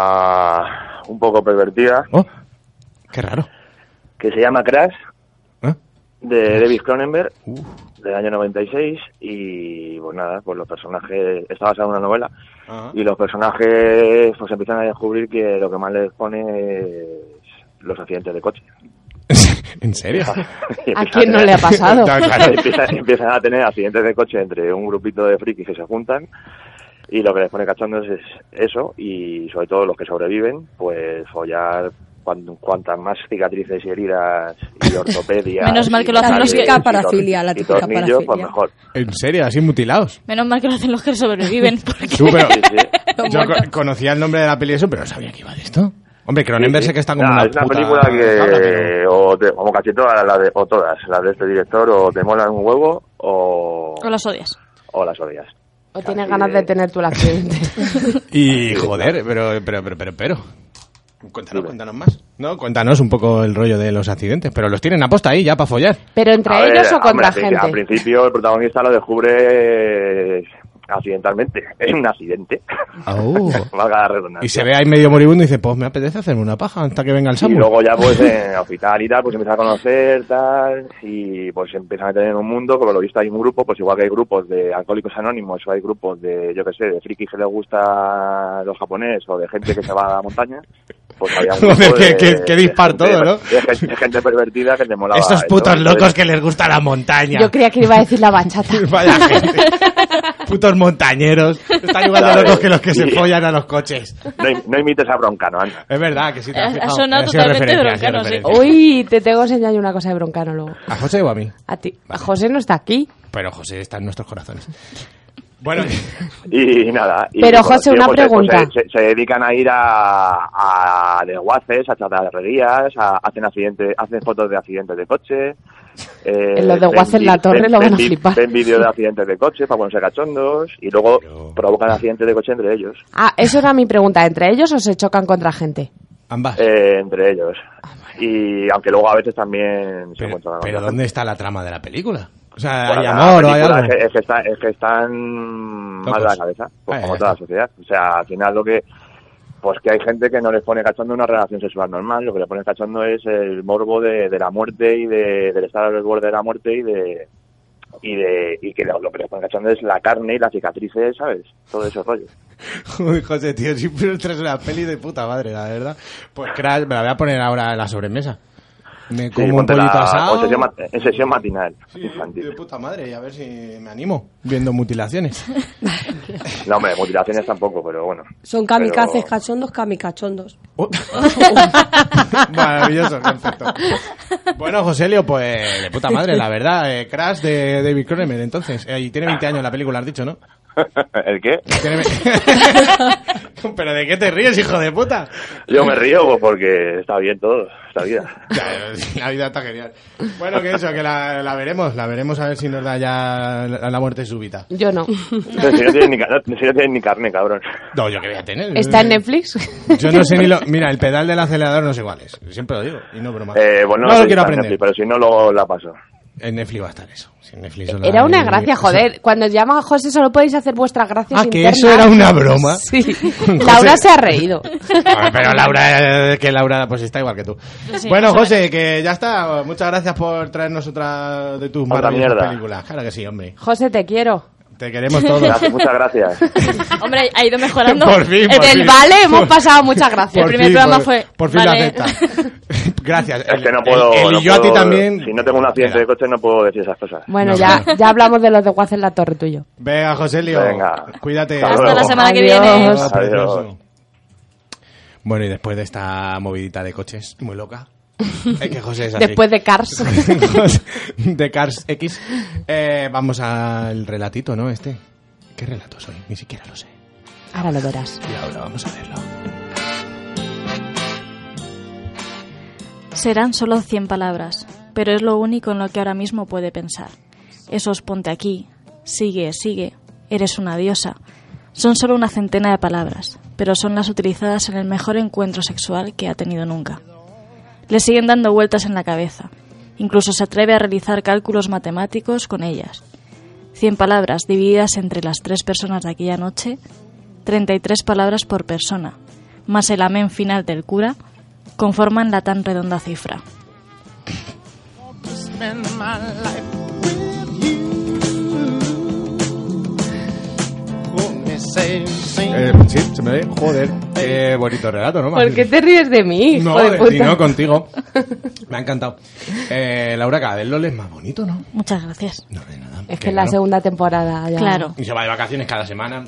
película un poco pervertida.
Oh, qué raro.
Que se llama Crash,
¿Eh?
de David Cronenberg, del año 96. Y pues nada, pues los personajes. Está basada en una novela. Y los personajes pues empiezan a descubrir que lo que más les pone es los accidentes de coche.
¿En serio?
Y
¿A
empiezan
quién no
tener-
le ha pasado?
Claro, claro, empiezan, empiezan a tener accidentes de coche entre un grupito de frikis que se juntan y lo que les pone cachondos es eso y sobre todo los que sobreviven, pues follar cuan- cuantas más cicatrices y heridas y ortopedias.
Menos mal que lo
y
hacen los
cables
que-
y tor-
parafilia, la
y
típica
tornillos,
parafilia.
pues mejor.
¿En serio? ¿Así mutilados?
Menos mal que lo hacen los que sobreviven. Porque...
Tú, pero-
Los
Yo
muertos.
co- conocía el nombre de la peli eso, pero no sabía que iba de esto. Hombre, Cronenberg sé que está como
Nah,
una
es una
puta
película
cabra,
que
pero-
o, te- como casi todas las de- o todas las de este director o te molan un huevo o,
O las odias.
o las odias.
O tienes ganas de tener tú el accidente.
Y joder, pero, pero, pero, pero, pero. Cuéntanos, cuéntanos más. No, cuéntanos un poco el rollo de los accidentes, pero los tienen a posta ahí ya para follar.
Pero entre
A ver,
ellos o
hombre,
contra
al pri- Al
gente.
principio el protagonista lo descubre eh, accidentalmente, en un accidente.
Au.
Valga la redundancia.
Oh. Uh. Y se ve ahí medio moribundo y dice, pues me apetece hacerme una paja hasta que venga el
Y
Samu.
luego ya pues en hospital y tal, pues empieza a conocer, tal, y pues empieza a meter en un mundo, como lo visto hay un grupo, pues igual que hay grupos de alcohólicos anónimos o hay grupos de, yo qué sé, de frikis que les gusta los japoneses o de gente que se va a la montaña, pues había un grupo
Joder, qué-
de-
qué- qué
de
dispar
gente-
todo, ¿no?
De gente, de gente pervertida que te molaba.
Estos
eso.
putos
Entonces,
locos que les gusta la montaña.
Yo creía que iba a decir la bachata.
Vaya gente. Putos montañeros. Están igual de
Claro.
locos que los que se
Sí.
follan a los coches.
No, im- no imites a Broncano, anda.
Es verdad que sí.
Ha- ha
fijado.
sonado
sido
Eh, totalmente
referencia, ha sido
Broncano, sí.
referencia. Ah.
Uy, te tengo que enseñar una cosa de broncano luego.
¿A José o a mí?
A ti. A José no está aquí.
Pero José está en nuestros corazones. Bueno,
Y, nada. y
Pero,
con los
José, una
tiempos, pues,
pregunta.
Se, se- se dedican a ir a, a desguaces, a chatarrerías, a, hacen accidentes, hacen fotos de accidentes de coche. eh,
En los desguaces
ven-
la torre
ven-
lo van
ven
a
vi-
flipar.
Ven vídeos de accidentes de coche para ponerse cachondos y luego provocan accidentes de coche entre ellos.
Ah, eso era mi pregunta. ¿Entre ellos o se chocan contra gente?
Ambas.
Eh, entre ellos.
Ah,
Y aunque luego a veces también se encuentran.
pero ¿dónde está la trama de la película? O sea,
Bueno,
hay
la
amor o hay
película
algo.
Es que, es que está- es que están mal de la cabeza, pues,
Ah,
como
ya
toda la
está.
sociedad. O sea, al final lo que... Pues que hay gente que no les pone cachondo una relación sexual normal, lo que le pone cachondo es el morbo de, de la muerte y de, del estar al borde de la muerte y de... Y, de, y que lo, lo que les pone cachondo es la carne y las cicatrices, ¿sabes? Todo eso rollo.
Uy, José, tío, siempre traes una peli de puta madre, la verdad. Pues Crash, me la voy a poner ahora en la sobremesa. Me
Sí,
como un
ponte la-
pollito
o
asado.
sesión, mat- en sesión matinal. infantil.
De puta madre, y a ver si me animo viendo mutilaciones.
No, hombre, mutilaciones tampoco, pero bueno.
Son kamikazes cachondos, kamikachondos.
Oh. Maravilloso, perfecto. Bueno, Joselio, pues de puta madre, la verdad. Eh, Crash de David Cronenberg, entonces. Eh, y tiene 20 años la película, has dicho, ¿no?
¿El qué?
Tiene ve- ¿Pero de qué te ríes, hijo de puta?
Yo me río pues, porque está bien todo, esta vida.
eh, La vida está genial. Bueno, que eso, que la, la veremos, la veremos a ver si nos da ya la, la muerte súbita.
Yo no.
Si no tienes ni, ca- no- si no tienes ni carne, cabrón.
No, yo que voy a tener.
¿Está en Netflix?
Yo no sé ni lo... Mira, el pedal del acelerador no sé cuál es. Siempre lo digo, y no broma.
Eh, bueno,
no
sé
lo
si
quiero
está en
aprender.
Netflix, pero si no, luego la paso.
En Netflix va a estar eso. Si en Netflix solo
Era
hay-
una gracia, joder. Cuando llama a José solo podéis hacer vuestras gracias
Ah, que
internas.
eso era una broma.
Sí. Laura se ha reído.
Ah, Pero Laura, eh, que Laura pues está igual que tú.
Sí,
bueno,
más o
José, que ya está. Muchas gracias por traernos otra de tus
Otra
maravillosas
mierda.
películas. Claro que sí, hombre.
José, te quiero.
Te queremos todos.
Gracias, muchas gracias.
Hombre, ha ido mejorando.
Por fin, por
Del
fin.
vale hemos
Por-
pasado muchas gracias.
por fin, por- Por fin
vale.
lo acepta. Gracias.
Es que no puedo.
el- el-
no
y yo a ti
puedo-
también-
Si no tengo un accidente de coche, no puedo decir esas cosas.
Bueno,
No,
ya, ya hablamos de los de Guaz en la torre tuyo.
Venga, José Lío.
Venga.
Cuídate.
Hasta Hasta la luego.
semana que viene.
Adiós.
Adiós.
Precioso. Bueno, y después de esta movidita de coches muy loca. Es que José es así.
Después de Cars.
de Cars X. eh, vamos al relatito, ¿no? Este. ¿Qué relato soy? Ni siquiera lo sé.
Ahora lo verás.
Y ahora vamos a verlo.
Serán solo 100 palabras, pero es lo único en lo que ahora mismo puede pensar. Esos ponte aquí, sigue, sigue, eres una diosa. Son solo una centena de palabras, pero son las utilizadas en el mejor encuentro sexual que ha tenido nunca. Le siguen dando vueltas en la cabeza, incluso se atreve a realizar cálculos matemáticos con ellas. 100 palabras divididas entre las tres personas de aquella noche, 33 palabras por persona, más el amén final del cura, conforman la tan redonda cifra.
Spend my life
Eh, sí, se me ve. Joder. Qué bonito relato, ¿no?
¿Por qué te ríes de mí, hijo
No,
de
de
puta?
ti no, contigo. Me ha encantado. Eh, Laura, cada vez lo lees más bonito, ¿no?
Muchas gracias.
es
que
que es la
no.
segunda temporada ya.
Claro.
Y se va de vacaciones cada semana.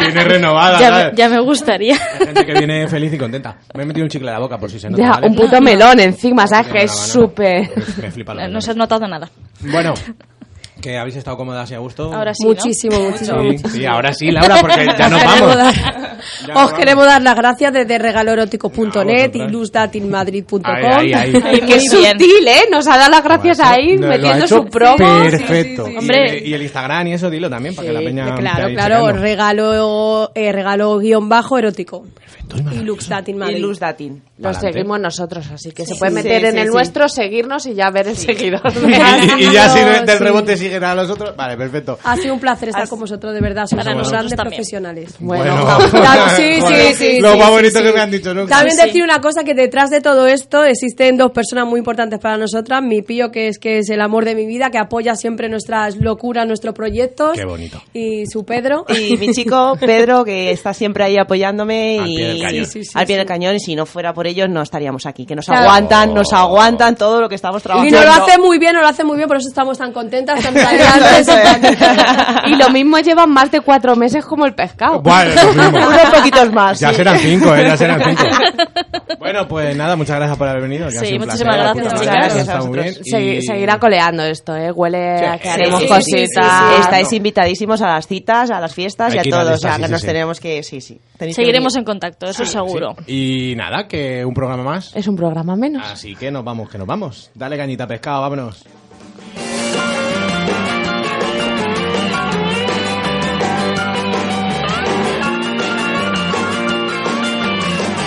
viene renovada,
ya,
¿sabes?
me- ya me gustaría.
Hay gente que viene feliz y contenta. Me he metido un chicle a la boca por si se nota.
Ya,
¿vale?
un puto melón encima, ¿sabes?
No,
Que
no,
es
no, no.
súper...
Me flipa la
No se ha notado nada.
Bueno, que habéis estado cómodas y a gusto.
Ahora sí. ¿no?
Muchísimo, muchísimo,
Sí,
muchísimo.
sí, ahora sí, Laura, porque ya nos vamos.
queremos dar-
Ya nos
Os
vamos.
queremos dar las gracias desde regaloerótico.net y luzdatilmadrid.com.
Ahí, ahí, ahí. Ahí,
Qué
muy bien.
sutil, ¿eh? Nos ha dado las gracias ahí,
Lo- lo ha
metiendo
hecho
su promo.
Perfecto. Y
Hombre.
el- Y el Instagram y eso, dilo también, para que la peña.
Claro,
esté ahí
claro,
checando.
regalo, eh, regalo guión bajo erótico.
Perfecto.
Y Luxdatin Madrid.
Y Luz Datin.
Lo
Pa'lante.
seguimos nosotros, así que se
Sí,
puede
sí,
meter
sí,
en el
sí.
nuestro, seguirnos y ya ver el seguidor.
Y, y ya si de- del
Sí.
rebote siguen a los otros. Vale, perfecto.
Ha sido un placer estar con vosotros, de verdad, sois
Para
unos
nosotros
grandes
también.
profesionales.
Bueno,
Claro, sí, sí, sí.
Lo
sí,
más
sí,
bonito
sí.
que me han dicho nunca.
También decir una cosa que detrás de todo esto existen dos personas muy importantes para nosotras, mi pío que es que es el amor de mi vida, que apoya siempre nuestras locuras, nuestros proyectos.
Qué bonito.
Y su Pedro.
Y mi chico Pedro, que está siempre ahí apoyándome
Al
y
pie del cañón.
Sí, sí, sí,
al pie del cañón. Y si no fuera por ellos, no estaríamos aquí. Que nos
Claro.
aguantan, nos
Oh.
aguantan todo lo que estamos
Y
trabajando.
nos lo hace muy bien, nos lo hace muy bien, por eso estamos tan contentas, tan radiantes.
Y lo mismo llevan más de cuatro meses como el pescado.
Bueno, lo mismo.
Unos poquitos más.
Ya
sí.
serán cinco, ¿eh? Ya serán cinco. Bueno, pues nada, muchas gracias por haber venido. que
Sí,
ha sido un
muchísimas
placer,
gracias,
puta madre, que
chicas.
ha
Gracias a
estado muy
vosotros.
bien
Segui-
y-
Seguirá coleando esto, ¿eh? Huele a que
Sí,
haremos
sí, sí,
cositas.
sí, sí, sí. Estáis invitadísimos a las citas, a las fiestas
Hay
y a
que ir a
todo.
las
o sea,
fiestas,
que
sí,
nos
sí.
tenemos que. Sí, sí. Tenéis que
Seguiremos
venir.
en contacto, eso seguro.
Y nada, que un programa más.
Es un programa menos.
Así que nos vamos, que nos vamos. Dale cañita pescado, vámonos.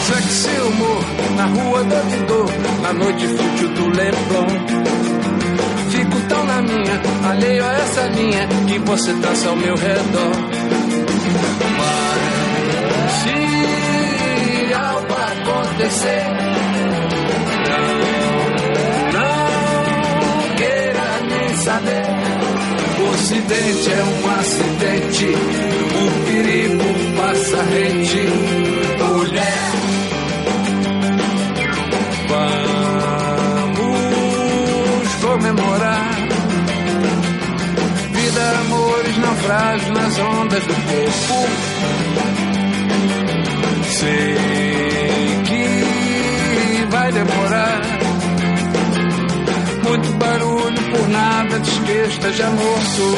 Sexy humor na rua do Guidô, na noite fútil do Leblon. Fico tão na minha, alheio a essa linha que você traça ao meu redor. Se algo acontecer, não queira nem saber. O acidente é um acidente, o perigo passa rente, mulher. Vamos comemorar. Vida, amores, naufrágios nas ondas do corpo. Sei que vai demorar. Muito barulho por nada, desquesta já morto.